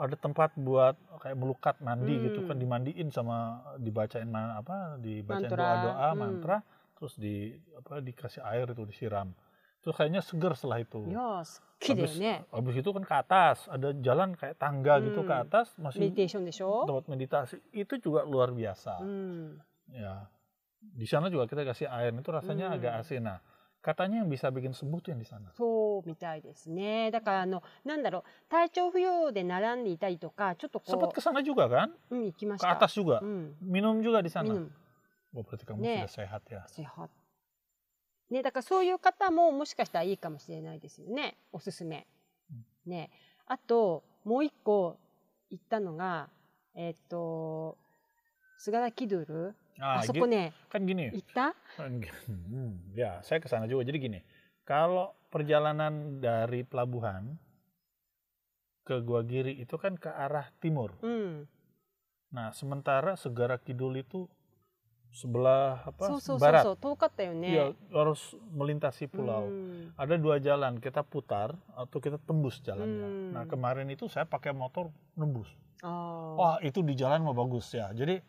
S2: ada tempat buat kayak melukat mandi
S4: Hmm.
S2: gitu kan dimandiin sama dibacain ma- apa dibacain
S4: Mantra.
S2: doa-doa,
S4: Hmm.
S2: mantra, terus di apa dikasih air itu disiram. Terus kayaknya seger setelah itu.
S4: いやー好きだよ
S2: Habis-
S4: ね
S2: Habis itu kan ke atas, ada jalan kayak tangga gitu ke
S4: ya? Hmm.
S2: atas
S4: メディテー
S2: masih
S4: ションでしょ、
S2: tempat meditasi. Itu juga luar biasa.
S4: うん、
S2: Ya. Di sana juga kita kasih air, itu rasanya
S4: Hmm.
S2: agak asin. Nah, katanya yang bisa bikin sembuh tuh yang di sana.
S4: そうみたいですねだからあのなんだろう体調不良で並んでいたりとかちょっと
S2: Sempat
S4: こ
S2: ke sana juga kan?
S4: う、うん、行きまし
S2: Ke
S4: た
S2: atas juga.
S4: うん、
S2: Minum juga di
S4: ミ
S2: sana.
S4: ノン
S2: Oh, berarti kamu
S4: Nek.
S2: sudah sehat ya.
S4: セハね、だからそういう方ももしかしたらいいかもしれないですよね。おすすめ。ね、あと、もう一個言ったのが、えっ、と、菅田キドゥル。
S2: Nah,
S4: あそ
S2: gi-
S4: こね、
S2: kan gini.
S4: 行った
S2: Hmm, ya, saya ke sana juga. Jadi gini, kalau perjalanan dari pelabuhan ke Gua Giri itu kan ke arah timur.
S4: うん。
S2: Nah, sementara Segara Kidul itu sebelah apa?
S4: そうそうそうそ
S2: barat.
S4: う、遠かったよね。
S2: Iya, harus melintasi
S4: う
S2: pulau.
S4: ん
S2: Ada dua jalan, kita putar atau kita tembus jalannya.
S4: Hmm.
S2: Nah, kemarin itu saya pakai motor nembus.
S4: ああ。
S2: Wah, itu di jalan mah bagus ya. Jadi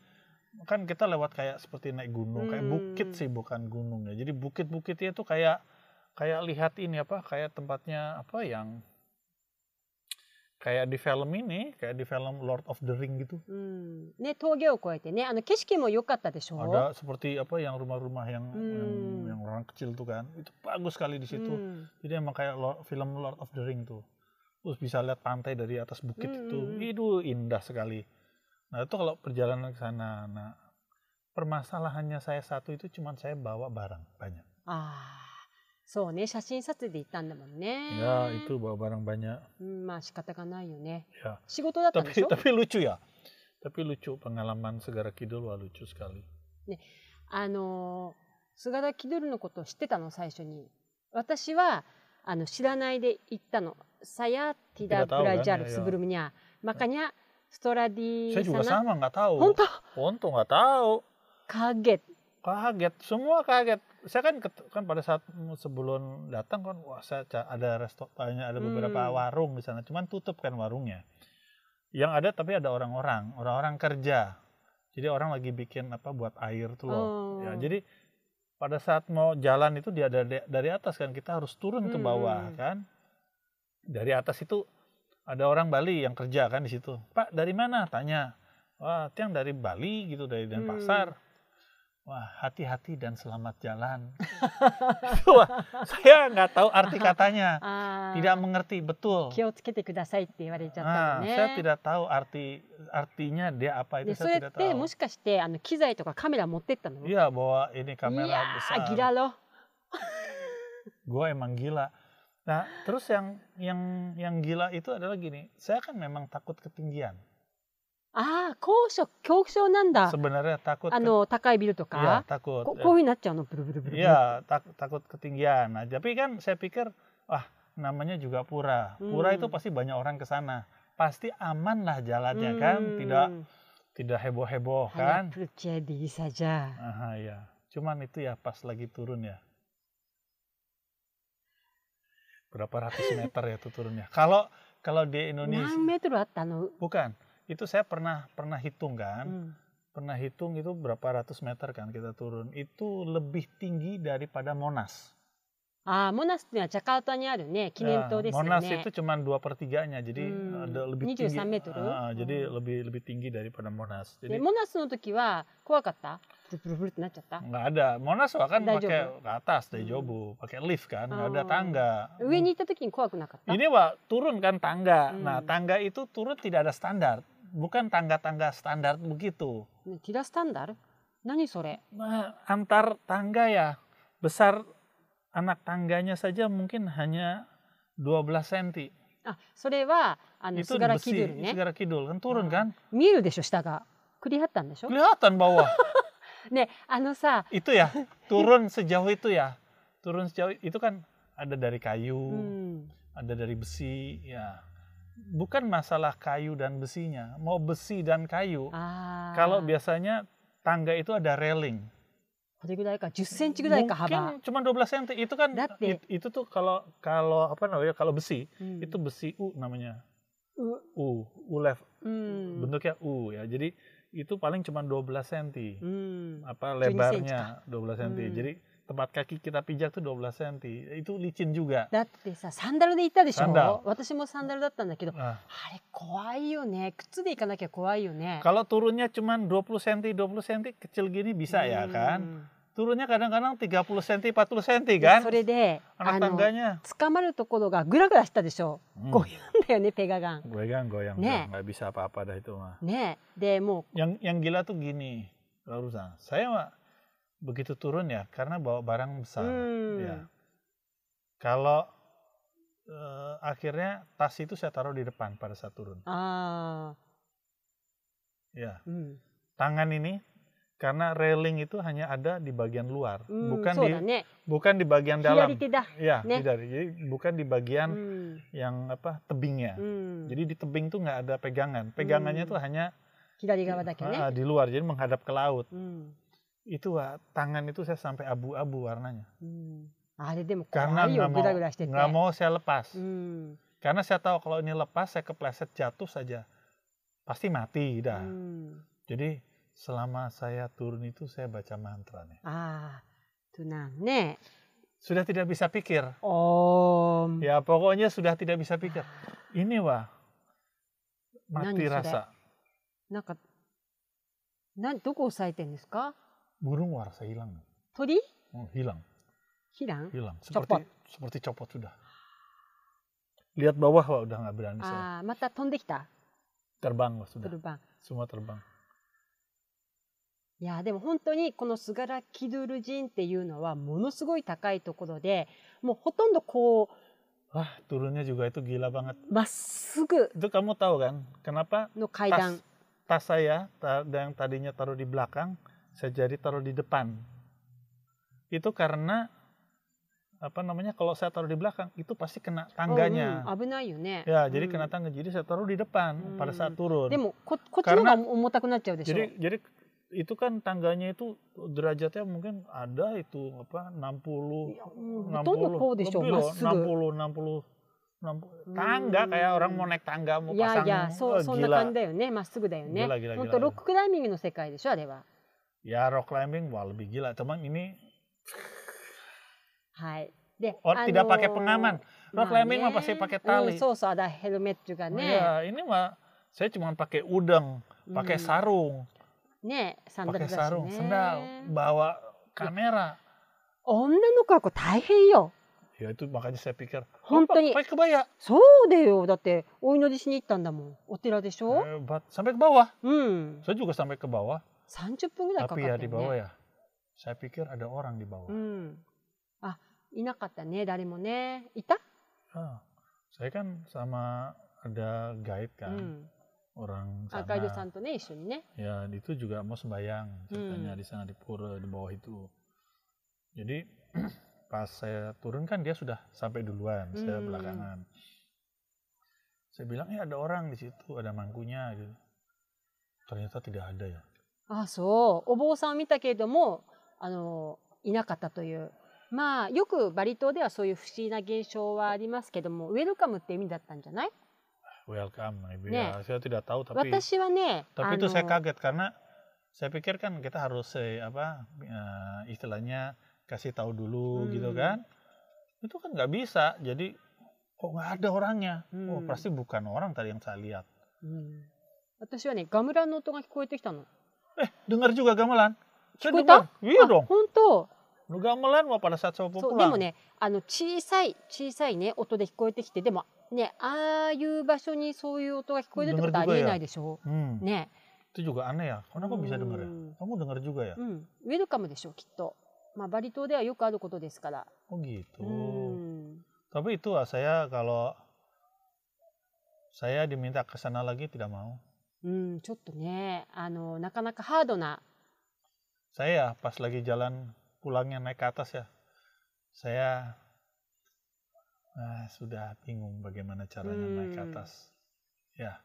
S2: kan kita lewat kayak seperti naik gunung, kayak
S4: Hmm.
S2: bukit sih bukan gunung ya. Jadi bukit-bukitnya itu kayak kayak lihat ini apa? Kayak tempatnya apa yang kayak di film ini, kayak di film Lord of the Ring gitu.
S4: うん、ね、峠を越えてね、あの景色も良かったでしょ
S2: Ada seperti apa yang rumah-rumah yang, yang
S4: Oh. Hmm.
S2: yang orang kecil tuh kan. Itu bagus sekali di
S4: う
S2: situ.
S4: ん
S2: Jadi emang kayak Lord- film Lord of the Ring tuh. Terus bisa lihat pantai dari atas bukit
S4: Hmm,
S2: itu.
S4: hmm, hmm.
S2: Itu indah sekali. Nah, itu kalau perjalanan ke sana. Nah, permasalahannya saya satu itu cuman saya bawa barang banyak.
S4: ああ。そうね、写真撮影で行ったんだもんね。
S2: Ya, itu bawa barang banyak.
S4: うん、まあ仕方がないよね。
S2: Ya.
S4: 仕事だったん
S2: Tapi
S4: でしょ
S2: tapi lucu ya. Tapi lucu pengalaman Segara Kidul wah lucu sekali.
S4: あのー菅田キドルのことを知ってたの最初に私はあの知らないで行ったのサヤティダ
S2: Tidak tahu
S4: ブラジャ
S2: kan?
S4: ル
S2: Ya.
S4: スブルムニャマカニャストラデ
S2: Saya
S4: ィ
S2: juga
S4: サナ
S2: sama nggak tahu.
S4: 本当
S2: Untung nggak tahu.
S4: カゲッ
S2: kaget semua kaget saya kan ket- kan pada saat sebelum datang kan wah saya ca- ada restorannya ada beberapa
S4: Hmm.
S2: warung di sana cuman tutup kan warungnya yang ada tapi ada orang-orang orang-orang kerja jadi orang lagi bikin apa buat air tuh loh ya
S4: Oh.
S2: jadi pada saat mau jalan itu dia dari, dari atas kan kita harus turun ke
S4: Hmm,
S2: bawah
S4: hmm.
S2: kan dari atas itu ada orang Bali yang kerja kan di situ Pak dari mana tanya wah tiang dari Bali gitu dari Denpasar wah hati-hati dan selamat jalan wah saya nggak tahu arti katanya
S4: あー
S2: tidak mengerti betul
S4: 気をつけてくださいって言われちゃっ
S2: Ah,
S4: たのね。
S2: saya tidak tahu arti artinya dia apa
S4: で
S2: itu
S4: それ
S2: saya
S4: っ
S2: tidak
S4: て
S2: tahu
S4: もしかしてあの機材とかカメラ持ってったの？
S2: Iya bawa ini
S4: いや
S2: kamera besar
S4: ーギラロ。
S2: gue emang gila. Nah, terus yang yang yang gila itu adalah gini, saya kan memang takut ketinggian.
S4: ああ高所恐怖症なんだ。
S2: Sebenarnya takut.
S4: あ
S2: ke-
S4: の高いビルと
S2: Iya,
S4: か。
S2: takut.
S4: ここういうふうになっちゃうのブルブルブルブル。
S2: Iya, tak- takut ketinggian. Nah, tapi kan saya pikir, wah, namanya juga pura. Pura
S4: Hmm.
S2: itu pasti banyak orang ke sana. Pasti aman lah
S4: う
S2: jalannya
S4: ん
S2: kan, tidak tidak heboh-heboh
S4: はや
S2: kan.
S4: プルチェディサジャー
S2: Aha, iya. Cuman itu ya pas lagi turun ya. Berapa ratus meter ya itu turunnya. Kalau kalau di Indonesia
S4: 何メートルあったの？
S2: Bukan. Itu saya pernah pernah hitung
S4: う
S2: kan.
S4: ん
S2: Pernah hitung itu berapa ratus meter kan kita turun. Itu lebih tinggi daripada Monas.
S4: ああモナスっていうのはジャカルタにあるね記念
S2: Ya,
S4: 塔ですよ
S2: Monas
S4: ね
S2: itu。cuma 2 per 3-nya. Jadi
S4: kan Hmm,
S2: ada lebih tinggi.
S4: 23 meter.
S2: Ah, ah, jadi
S4: Hmm.
S2: lebih lebih tinggi daripada Monas.
S4: で
S2: Jadi
S4: モナスの時は怖かった？ブルブルブルってなっちゃった？
S2: nggak ada. Monas wah kan
S4: Daejeobu.
S2: pakai ke atas dari
S4: Hmm.
S2: Jobu. Pakai lift kan. Nggak ada
S4: Oh.
S2: tangga. Hmm.
S4: 上に行った時に怖くなかった？
S2: Ini wah turun kan tangga.
S4: Hmm.
S2: Nah tangga itu turun tidak ada standar. Bukan tangga-tangga standar begitu.
S4: ねティラスタンダル？何それ？
S2: Nah, antar tangga ya besar anak tangganya saja mungkin hanya 12 cm.
S4: あそれはあの
S2: Itu
S4: スガラキドゥル
S2: besi,
S4: ね。
S2: Hmm, segara kidul kan turun
S4: Ah.
S2: kan?
S4: 見えるでしょ下がクリアったんでしょ
S2: Kelihatan bawah.
S4: ねあのさ
S2: ituや, turun sejauh itu ya. Turun sejauh itu kan ada dari kayu,
S4: うん、
S2: ada dari besi ya. Bukan masalah kayu dan besinya, mau besi dan kayu.
S4: あー
S2: Kalau biasanya tangga itu ada railing.
S4: これぐらいか10センチぐらいか
S2: Mungkin
S4: 幅、
S2: cuma 12 cm itu kan
S4: That big.
S2: it- itu tuh kalau kalau apa namanya kalau besi
S4: うん、
S2: itu besi U namanya
S4: う
S2: U U left
S4: うん、
S2: bentuknya U ya jadi itu paling cuma 12
S4: Hmm.
S2: cm
S4: うん、
S2: apa
S4: 12
S2: lebarnya 12 cm
S4: Hmm.
S2: jadi tempat kaki kita pijak tuh 12 cm itu licin juga
S4: だってさサンダルで行ったでし
S2: サンダ
S4: ょ私もサンダルだったんだけど
S2: Nah,
S4: あれ怖いよね靴で行かなきゃ怖いよね
S2: kalau turunnya cuma 20 cm 20 cm kecil gini bisa ya
S4: うん
S2: kan turunnya kadang-kadang 30 cm 40 cm kan
S4: それで
S2: anak
S4: あの
S2: tangganya
S4: 捕まるところがグラグラしたでしょ
S2: Hmm,
S4: こういうんだよねペガガン
S2: goyang goyang
S4: Nih.
S2: nggak bisa apa-apa dah itu mah
S4: ねでも
S2: yang yang gila tuh gini Larusa saya mah begitu turun ya karena bawa barang
S4: う
S2: besar
S4: うん、
S2: ya kalau eh, akhirnya tas itu saya taruh di depan pada saat turun
S4: ああ
S2: ya
S4: うん、
S2: tangan ini karena railing itu hanya ada di bagian luar
S4: うん
S2: bukan
S4: そう
S2: di
S4: だね
S2: bukan di bagian
S4: 左
S2: dalam
S4: 手だ
S2: ya
S4: Iya, Nih. Hmm.
S2: tidak jadi bukan di bagian
S4: うん、
S2: yang apa tebingnya
S4: うん、
S2: jadi di tebing tuh nggak ada pegangan pegangannya
S4: Hmm.
S2: tuh hanya
S4: 左側だけね
S2: ah, di luar jadi menghadap ke laut
S4: うん
S2: itu Wak, tangan itu saya sampai abu-abu warnanya
S4: Oh, うんあれでも怖
S2: karena
S4: いよ
S2: nggak
S4: グ
S2: mau
S4: ラグラしてて
S2: nggak mau saya lepas
S4: Hmm. うん、
S2: karena saya tahu kalau ini lepas saya kepleset jatuh saja pasti mati
S4: う
S2: dah
S4: ん、
S2: jadi selama saya turun itu saya baca mantra nih
S4: ああとなんね
S2: sudah tidak bisa pikir
S4: おーん
S2: ya pokoknya sudah tidak bisa pikir ini wah mati
S4: Nangis
S2: rasa
S4: sudah. なんかなんどこ押さえてんですか
S2: burung wah rasa hilang
S4: 鳥
S2: Oh, hilang
S4: ヒラン
S2: hilang
S4: Copot.
S2: seperti seperti copot sudah lihat bawah wah udah nggak berani saya
S4: ああまた飛んできた
S2: terbang wah
S4: ト
S2: sudah
S4: ルバン
S2: semua terbang
S4: いやでも本当にこのスガラキドゥル寺院っていうのはものすごい高いところでもうほとんどこ
S2: wah turunnya juga itu gila banget
S4: うまっすぐ
S2: itu kamu tahu kan kenapa
S4: の階
S2: tas
S4: 段
S2: tas saya ta- yang tadinya taruh di belakang saya jadi taruh di depan itu karena apa namanya kalau saya taruh di belakang itu pasti kena
S4: う
S2: tangganya
S4: んうん危ないよね
S2: ya jadi
S4: うん
S2: kena tangga jadi saya taruh di depan
S4: Hmm.
S2: pada saat turun
S4: でもここっちの方が
S2: Karena-
S4: 重たくなっちゃうでしょ
S2: jadi jadi itu kan tangganya itu derajatnya mungkin ada itu apa 60
S4: うんほ
S2: 60
S4: とんどこうでしょう
S2: lebih
S4: ま
S2: loh,
S4: っすぐ。
S2: 60 60 60 tangga kayak orang mau naik tangga mau
S4: い
S2: pasang
S4: やいや、そう、
S2: eh,
S4: そんな
S2: gila
S4: 感じだよね。まっすぐだよね
S2: gila。gila
S4: 本
S2: gila,
S4: 当ロッ
S2: gila.
S4: ククライミングの世界でしょ、あれは。
S2: ya rock climbing wah lebih gila cuman ini
S4: はい。で、
S2: oh,
S4: あのー
S2: tidak pakai pengaman
S4: ま
S2: rock
S4: あ
S2: climbing
S4: ね
S2: mah pasti pakai tali
S4: うんそうそう、だヘルメットが
S2: Nah,
S4: ね。
S2: ya, ini mah saya cuma pakai udang
S4: Hmm.
S2: pakai
S4: うん
S2: sarung
S4: ねサンダル
S2: pakai
S4: だし
S2: sarung
S4: ね
S2: sendal bawa kamera
S4: 女の子はこれ大変よ
S2: ya itu makanya saya pikir "Oh,
S4: Honto
S2: "Bapak
S4: ni-
S2: pakai kebaya
S4: そうだよだってお祈りしに行ったんだもんお寺でしょ、
S2: hebat sampai ke bawah
S4: うん、
S2: saya juga sampai ke bawah
S4: 30分ぐらいかかっ
S2: tapi
S4: たよ
S2: ya di
S4: ね
S2: bawah ya saya pikir ada orang di bawah
S4: うん、あいなかったね誰もねいた、
S2: Ah, saya kan sama ada guide
S4: う
S2: kan
S4: ん、
S2: orang
S4: あ
S2: sana
S4: ガイドさんとね一緒にね
S2: ya itu juga mau sembayang ceritanya
S4: Hmm.
S2: di sana di pura di bawah itu jadi pas saya turun kan dia sudah sampai duluan saya
S4: Hmm.
S2: belakangan saya bilang ya ada orang di situ ada mangkunya gitu ternyata tidak ada ya
S4: あそうお坊さんを見たけれどもあのいなかったというまあよくバリ島ではそういう不思議な現象はありますけどもウェルカムって意味だったんじゃない
S2: welcome maybe
S4: Nih.
S2: ya saya tidak tahu tapi
S4: 私はね
S2: tapi
S4: あ
S2: itu
S4: の
S2: saya kaget karena saya pikir kan kita harus eh, apa eh, istilahnya kasih tahu dulu
S4: Hmm.
S2: gitu kan itu kan nggak bisa jadi kok nggak ada orangnya oh
S4: Hmm.
S2: pasti bukan orang tadi yang saya lihat
S4: うん、私はねガムランの音が聞こえてきたの。
S2: dengar juga gamelan saya
S4: Kikuta?
S2: dengar iya
S4: あ
S2: dong
S4: 本当。
S2: lu gamelan mau pada saat saya mau
S4: そうで
S2: pulang
S4: もね、あの小さい小さいね音で聞こえてきて、でもねああいう場所にそういう音が聞こえるってことはありえないでしょ。
S2: Hmm,
S4: ね。
S2: itu juga aneh ya kenapa bisa dengar ya
S4: うん
S2: kamu dengar juga ya
S4: うん、ウェルカムでしょきっと。まあバリ島ではよくあることですから。
S2: oh gitu
S4: うん。
S2: tapi itu ah, saya kalau saya diminta ke sana lagi tidak mau
S4: うん、ちょっとねあのなかなかハードな。
S2: saya ya pas lagi jalan pulangnya naik ke atas ya saya ah, sudah bingung bagaimana caranya naik ke
S4: Hmm.
S2: atas ya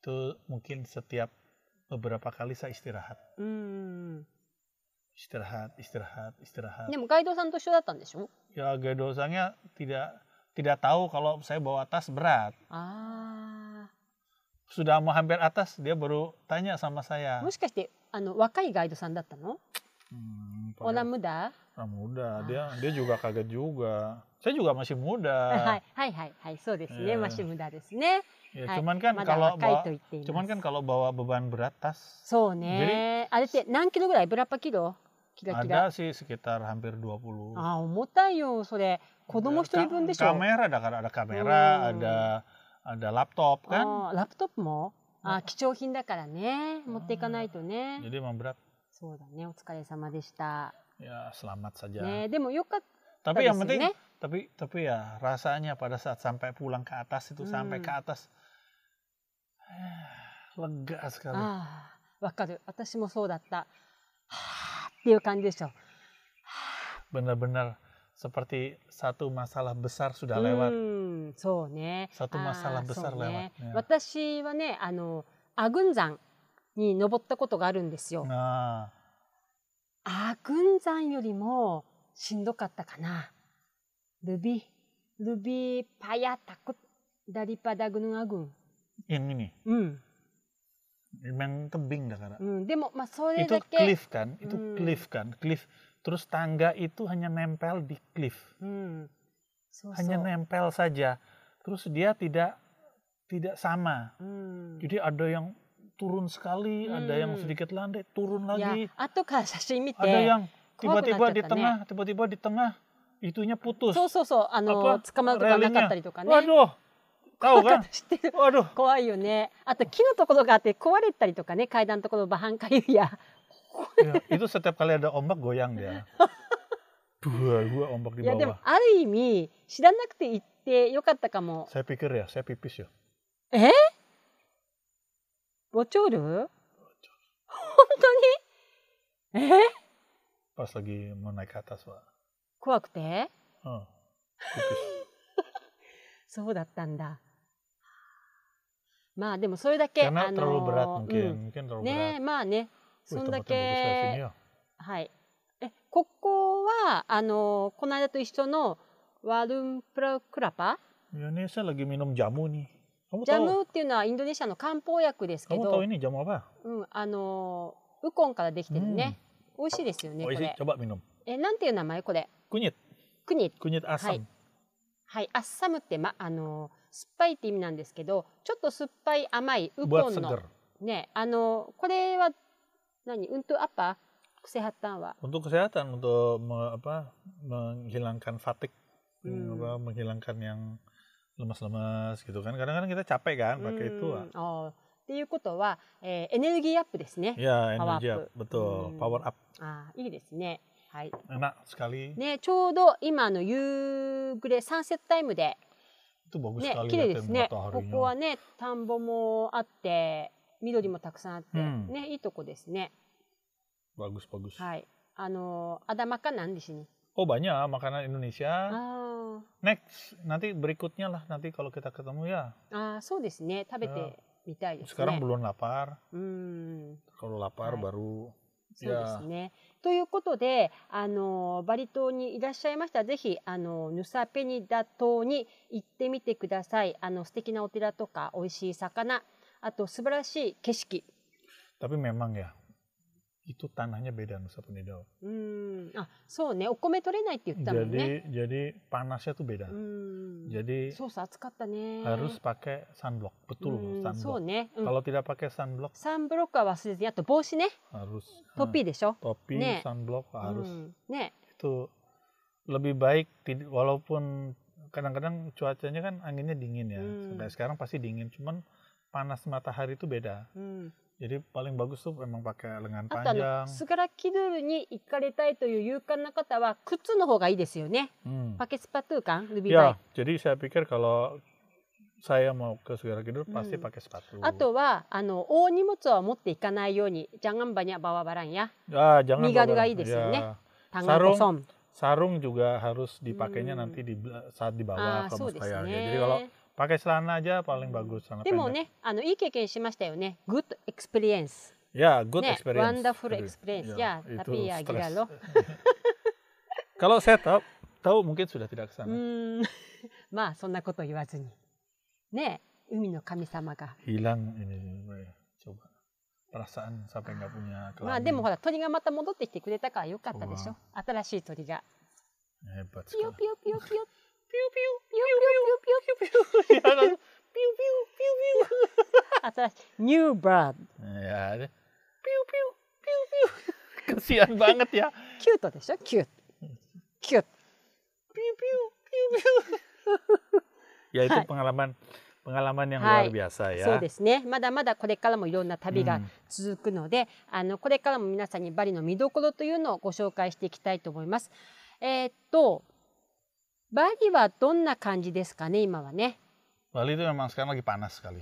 S2: itu mungkin setiap beberapa kali saya istirahat
S4: うん。
S2: istirahat istirahat istirahat
S4: でもガイドさんと一緒だったんでしょ。
S2: ya agak dosanya tidak tidak tahu kalau saya bawa tas berat
S4: あ
S2: sudah mau hampir atas dia baru tanya sama
S4: あ。
S2: saya
S4: もしかしてあの若いガイドさんだったの？
S2: Hmm,
S4: オラ
S2: padahal
S4: ムダ？
S2: orang muda dia dia juga kaget juga saya juga masih muda
S4: はいはいはいはいそうですね、
S2: えー
S4: マシムダですね
S2: Ya,
S4: Hai,
S2: cuman kan
S4: まだ
S2: kalau
S4: 若い
S2: bawa,
S4: と言っています
S2: cuman kan kalau bawa beban berat tas
S4: そうねあれって何キロぐらいブラッパキロキラキ
S2: ada
S4: ラ
S2: sih sekitar hampir 20.
S4: あ重たいよそれ子供一人分でしょ
S2: Ka- kamera ada kan ada kamera,
S4: Hmm.
S2: ada ada laptop kan.
S4: あーラップトップも
S2: う
S4: あ
S2: ん
S4: 貴重品だからね持っていかないとね
S2: Jadi emang berat.
S4: そうだねお疲れ様でした、
S2: Ya, selamat saja.
S4: ね、でもよかっ
S2: tapi
S4: たで
S2: yang
S4: すよ
S2: penting
S4: ね
S2: tapi tapi ya rasanya pada saat sampai pulang ke atas itu sampai
S4: Hmm.
S2: ke atas eh, lega sekali.
S4: ああわかる私もそうだったはあっていう感じでしょ
S2: Benar-benar seperti satu masalah besar
S4: Hmm.
S2: sudah lewat.
S4: うんそうね。
S2: Satu
S4: あー
S2: masalah besar
S4: そうね
S2: lewat ね
S4: 私はね、あのアグン山に登ったことがあるんですよ。
S2: Nah,
S4: アグン山よりもしんどかったかな。ルビルビパヤタクダリパダグヌアグン。
S2: yang ini
S4: うん、
S2: memang tebing dah Kak.
S4: うん、でもまあそれ
S2: itu
S4: だけ。
S2: cliff kan itu
S4: Hmm.
S2: cliff kan cliff terus tangga itu hanya nempel di cliff
S4: うん、そうそう
S2: hanya。nempel saja terus dia tidak tidak sama
S4: うん。
S2: jadi ada yang turun sekali ada yang
S4: Hmm.
S2: sedikit landai turun
S4: いや
S2: lagi
S4: 後から写真見
S2: ada
S4: て
S2: yang
S4: 怖くなっち
S2: tiba-tiba di
S4: ゃったね
S2: tengah。tiba-tiba di tengah itunya putus
S4: そうそうそうあの
S2: あと
S4: 捕まるとかなかったりとかね。
S2: waduh tahu
S4: わか
S2: kan
S4: る知ってる
S2: waduh
S4: 怖いよねあと木のところがあって壊れたりとかね階段のところバハンカ指や
S2: Ya, itu setiap kali ada ombak goyang dia dua dua ombak di
S4: いやでも
S2: bawah
S4: ある意味知らなくて行ってよかったかも
S2: saya pikir ya saya pipis ya
S4: ボチョール本当にえ
S2: pas lagi mau naik ke atas pak
S4: 怖くて
S2: Hmm, pipis.
S4: そうだったんだまあでもそれだけ
S2: Karena
S4: あの
S2: terlalu berat
S4: うん mm.
S2: mungkin, mungkin terlalu
S4: ね
S2: berat.
S4: まあねそんだけ
S2: ya.
S4: はい。え、ここは、あの、この間と一緒のワルンプラクラパ
S2: Indonesia lagi minum jamu nih. Kamu
S4: ジャ
S2: tahu?
S4: ムっていうのはインドネシアの漢方薬ですけ
S2: Kamu tahu
S4: ど、
S2: ini jamu apa? Hmm.
S4: うん、あの、ウコンからできてるね。美味しいですよね、こ
S2: Oh, isi,
S4: れ。
S2: coba minum.
S4: え、なんていう名前これ。
S2: Kunyit,
S4: クニ。
S2: kunyit asam.
S4: はい。アッサムって、ま、あの、酸っぱいって意味なんですけど、ちょっと酸っぱい甘いウ
S2: Buat
S4: コンの
S2: seger.
S4: ね、あの、これは、何うんとアッパークセハッタンは。
S2: Untuk kesehatan, untuk me- apa, menghilangkan fatik,
S4: Hmm.
S2: apa, menghilangkan yang lemas-lemas gitu kan. Kadang-kadang kita capek kan pakai itu.
S4: うんあーっていうことは、えーエネルギーアップですね。
S2: Ya,
S4: Power
S2: energi
S4: up.
S2: up. Betul,
S4: Hmm.
S2: power up.
S4: あーいいですね。はい。
S2: Enak sekali.
S4: ね、ちょうど今の夕暮れサンセットタイムで
S2: Itu bagus
S4: ね
S2: sekali
S4: 綺麗
S2: lihat
S4: です
S2: yang
S4: ね。こ
S2: mataharinya.
S4: こはね田んぼもあって緑もたくさんあっ
S2: う
S4: て、
S2: ん
S4: ねいいとこですね。
S2: Bagus, bagus.
S4: はい。あのアダマカなんでしに。
S2: Oh, banyak makanan
S4: あ
S2: Indonesia.
S4: ー
S2: Next, nanti berikutnya lah nanti kalau kita ketemu ya.
S4: あーそうですね食べてみたいですね。
S2: Sekarang belum lapar. Nah.
S4: うん。
S2: ya. Kalau lapar
S4: Hai.
S2: baru
S4: そうですね。ということで、あのバリ島にいらっしゃいましたら、ぜひあのヌサペニダ島に行ってみてください。あの素敵なお寺とか美味しい魚、あと素晴らしい景色。
S2: Tapi memang ya, itu tanahnya beda Nusa Penida.
S4: うん。あ、そうね。お米取れないって言ってたもん
S2: Jadi
S4: ね。
S2: jadi panasnya tuh beda.
S4: うん。
S2: Jadi
S4: そうそう暑かったね。
S2: harus pakai sunblock,
S4: う
S2: betul Hmm,
S4: ん
S2: sunblock.
S4: そうね。うん
S2: Kalau tidak pakai sunblock
S4: サンブロックは忘れずに、あと帽子ね。
S2: harus
S4: トッピーでしょ。
S2: ah, topi, Hmm.
S4: Nek.
S2: sunblock
S4: う
S2: harus.
S4: ん。ね。
S2: Itu lebih baik tid- walaupun kadang-kadang cuacanya kan anginnya dingin ya.
S4: Hmm.
S2: Sampai sekarang pasti dingin, cuman panas matahari itu beda.
S4: うん。
S2: Jadi paling bagus tuh memang pakai lengan
S4: あとあ
S2: panjang.
S4: のスガラキドゥルに行かれたいという勇敢な方は靴の方がいいですよね。
S2: Hmm.
S4: pakai sepatu kan lebih
S2: Ya,
S4: baik.
S2: jadi saya pikir kalau saya mau ke Segara Kidul pasti
S4: Hmm.
S2: pakai sepatu.
S4: あとはあの大荷物は持っていかないように、jangan banyak bawa barang ya.
S2: Ah, jangan
S4: Nigaru
S2: bawa-
S4: gai desu
S2: ya.
S4: ne. Tangan
S2: Sarung
S4: kosong.
S2: Sarung juga harus dipakainya
S4: Hmm.
S2: nanti di, saat dibawa
S4: Ah,
S2: ke
S4: そうです
S2: Muspaya. Ya, Jadi kalau
S4: ね。
S2: pakai celana aja paling bagus celana
S4: で
S2: pendek.
S4: もね、あのいい経験しましたよね。Good experience。
S2: Ya, good
S4: ね、
S2: experience. Aduh,
S4: wonderful
S2: iya,
S4: experience. Ya,
S2: itu
S4: tapi ya
S2: stres.
S4: gila loh.
S2: kalau saya tahu, tahu mungkin sudah tidak ke
S4: う
S2: sana.
S4: ーん。 まあそんなこと言わずに。ね、海の神様が。
S2: Hilang ini coba perasaan sampai nggak punya
S4: まあでもほ
S2: kelamin.
S4: ら鳥がまた戻ってきてくれたからよかったでし
S2: そう
S4: ょ。新しい鳥が。
S2: Hebat
S4: ピヨ
S2: sekali.
S4: ピヨピヨピヨ。新しいニューバー
S2: Ya. Piu piu piu piu. Kasihan banget ya.
S4: キュートでしょキュートキュート
S2: Piu piu piu piu. ya itu
S4: Hai.
S2: pengalaman pengalaman yang
S4: Hai.
S2: luar biasa ya.
S4: そうですねまだまだこれからもいろんな旅が
S2: Hmm.
S4: 続くので、あのこれからも皆さんにバリの見どころというのをご紹介していきたいと思いますえーっとバリはどんな感じですかね今はね
S2: Bali itu memang sekarang lagi panas sekali.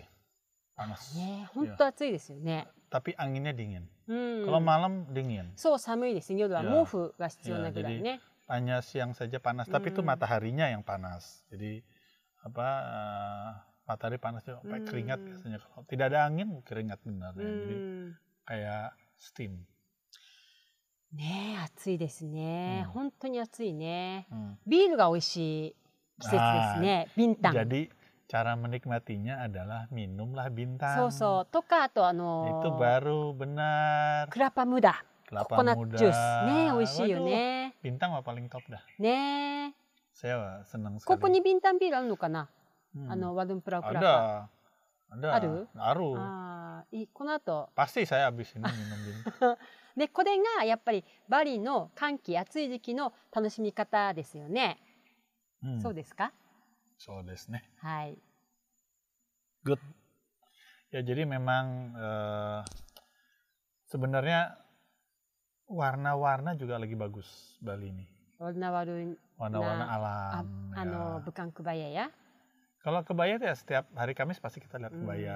S2: Panas.
S4: ね本当暑いですよね、
S2: Tapi anginnya dingin.
S4: うん、
S2: Kalau malam dingin.
S4: そう寒いですね夜はい
S2: や
S4: 毛布が必要なぐらいね
S2: Hanya siang saja panas, tapi itu
S4: Hmm.
S2: mataharinya yang panas. Jadi apa eh, matahari panas itu sampai
S4: Hmm.
S2: keringat biasanya kalau tidak ada angin keringat benar
S4: う
S2: ya. Jadi
S4: ん
S2: kayak steam.
S4: ねえ暑いですね、
S2: うん
S4: 本当に暑いね
S2: Hmm.
S4: ビールが美味しい季節ですねビンタン
S2: Jadi cara menikmatinya adalah minumlah bintang.
S4: そうそうとかあとあ
S2: Itu
S4: の
S2: baru benar.
S4: クラパムダコ
S2: Kelapa
S4: コナッ
S2: muda.
S4: ツジュースねえ美味しいよ
S2: Waduh,
S4: ね
S2: Bintang mah paling top dah.
S4: ねえ
S2: Saya senang sekali.
S4: ここにビンタンビールあるのかな、
S2: Hmm.
S4: あのワルンプラクラ
S2: ada. Ada.
S4: パ Aru?
S2: Aru.
S4: あーいいこの後
S2: Pasti saya habis ini minum bintang.
S4: でこれがやっぱりバリの寒気暑い時期の楽しみ方ですよね、
S2: Hmm.
S4: そうですか
S2: So desu ne.
S4: はい
S2: Ya jadi memang eh, sebenarnya warna-warna juga lagi bagus Bali ini.
S4: ワルナワルン
S2: Warna-warna
S4: Nah,
S2: alam. ya.
S4: あの武漢クバヤや
S2: Kalau kebaya tuh ya setiap hari Kamis pasti kita lihat kebaya.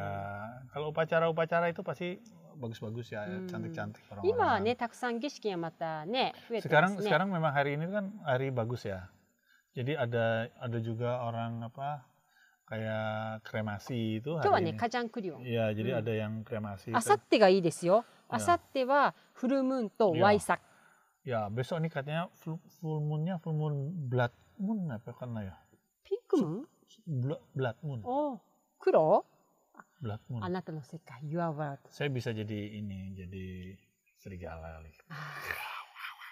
S2: Kalau upacara-upacara itu pasti bagus-bagus ya,
S4: Hmm. Iya,
S2: cantik-cantik orang
S4: 今はねたくさん儀式がまたね増えてま
S2: Sekarang
S4: すね
S2: sekarang memang hari ini kan hari bagus ya. Jadi ada ada juga orang apa kayak kremasi itu
S4: 今日は
S2: hari ini.
S4: ねカジャンクリオン
S2: Iya, jadi
S4: Hmm.
S2: ada yang kremasi.
S4: あさっ
S2: itu.
S4: てがいいですよあさってはフルムーンとワイサク
S2: Ya, besok nih katanya full, full moon-nya full moon blood moon apa karena ya?
S4: ピンクムーン
S2: Bla- Blood moon,
S4: おう黒
S2: blood
S4: あ
S2: moon.
S4: なたの世界 Your World
S2: Saya bisa jadi ini, jadi serigala kali.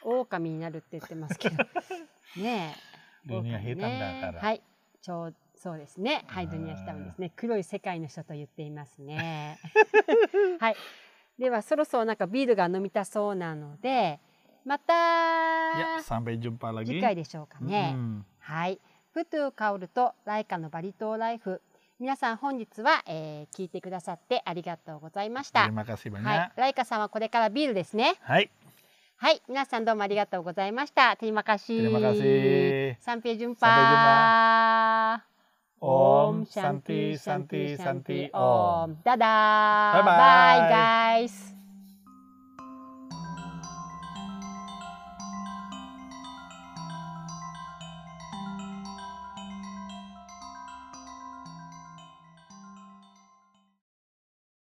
S4: 狼になるって言ってます けどねえ
S2: Dunia
S4: 狼
S2: hitam dah Kara.
S4: ねはいちょうそうですねはい
S2: あー
S4: ドニアヒタムですね黒い世界の人と言っています ねはいではそろそろなんかビールが飲みたそうなのでま
S2: Ya,
S4: た
S2: sampai jumpa lagi.
S4: 次
S2: Hmm,
S4: 回でしょうかね、
S2: Mm-mm.
S4: はい。プトゥーカオルとライカのバリ島ライフ。皆さん本日は、えー聞いてくださってありがとうございました。
S2: Terima kasih
S4: はい。
S2: banyak.
S4: ライカさんはこれからビールですね。
S2: Hai.
S4: はい。皆さんどうもありがとうございました。ティーマカシー。
S2: Terima kasih.
S4: サンピエジュンパ
S2: サン
S4: ー。
S2: ピエジュン
S4: オ
S2: Om
S4: ムシャンティ
S2: Santi
S4: シャンティ
S2: Santi
S4: シャンテ
S2: Santi
S4: ィオ
S2: Om.
S4: ムダダー
S2: バイバイ
S4: バイガイス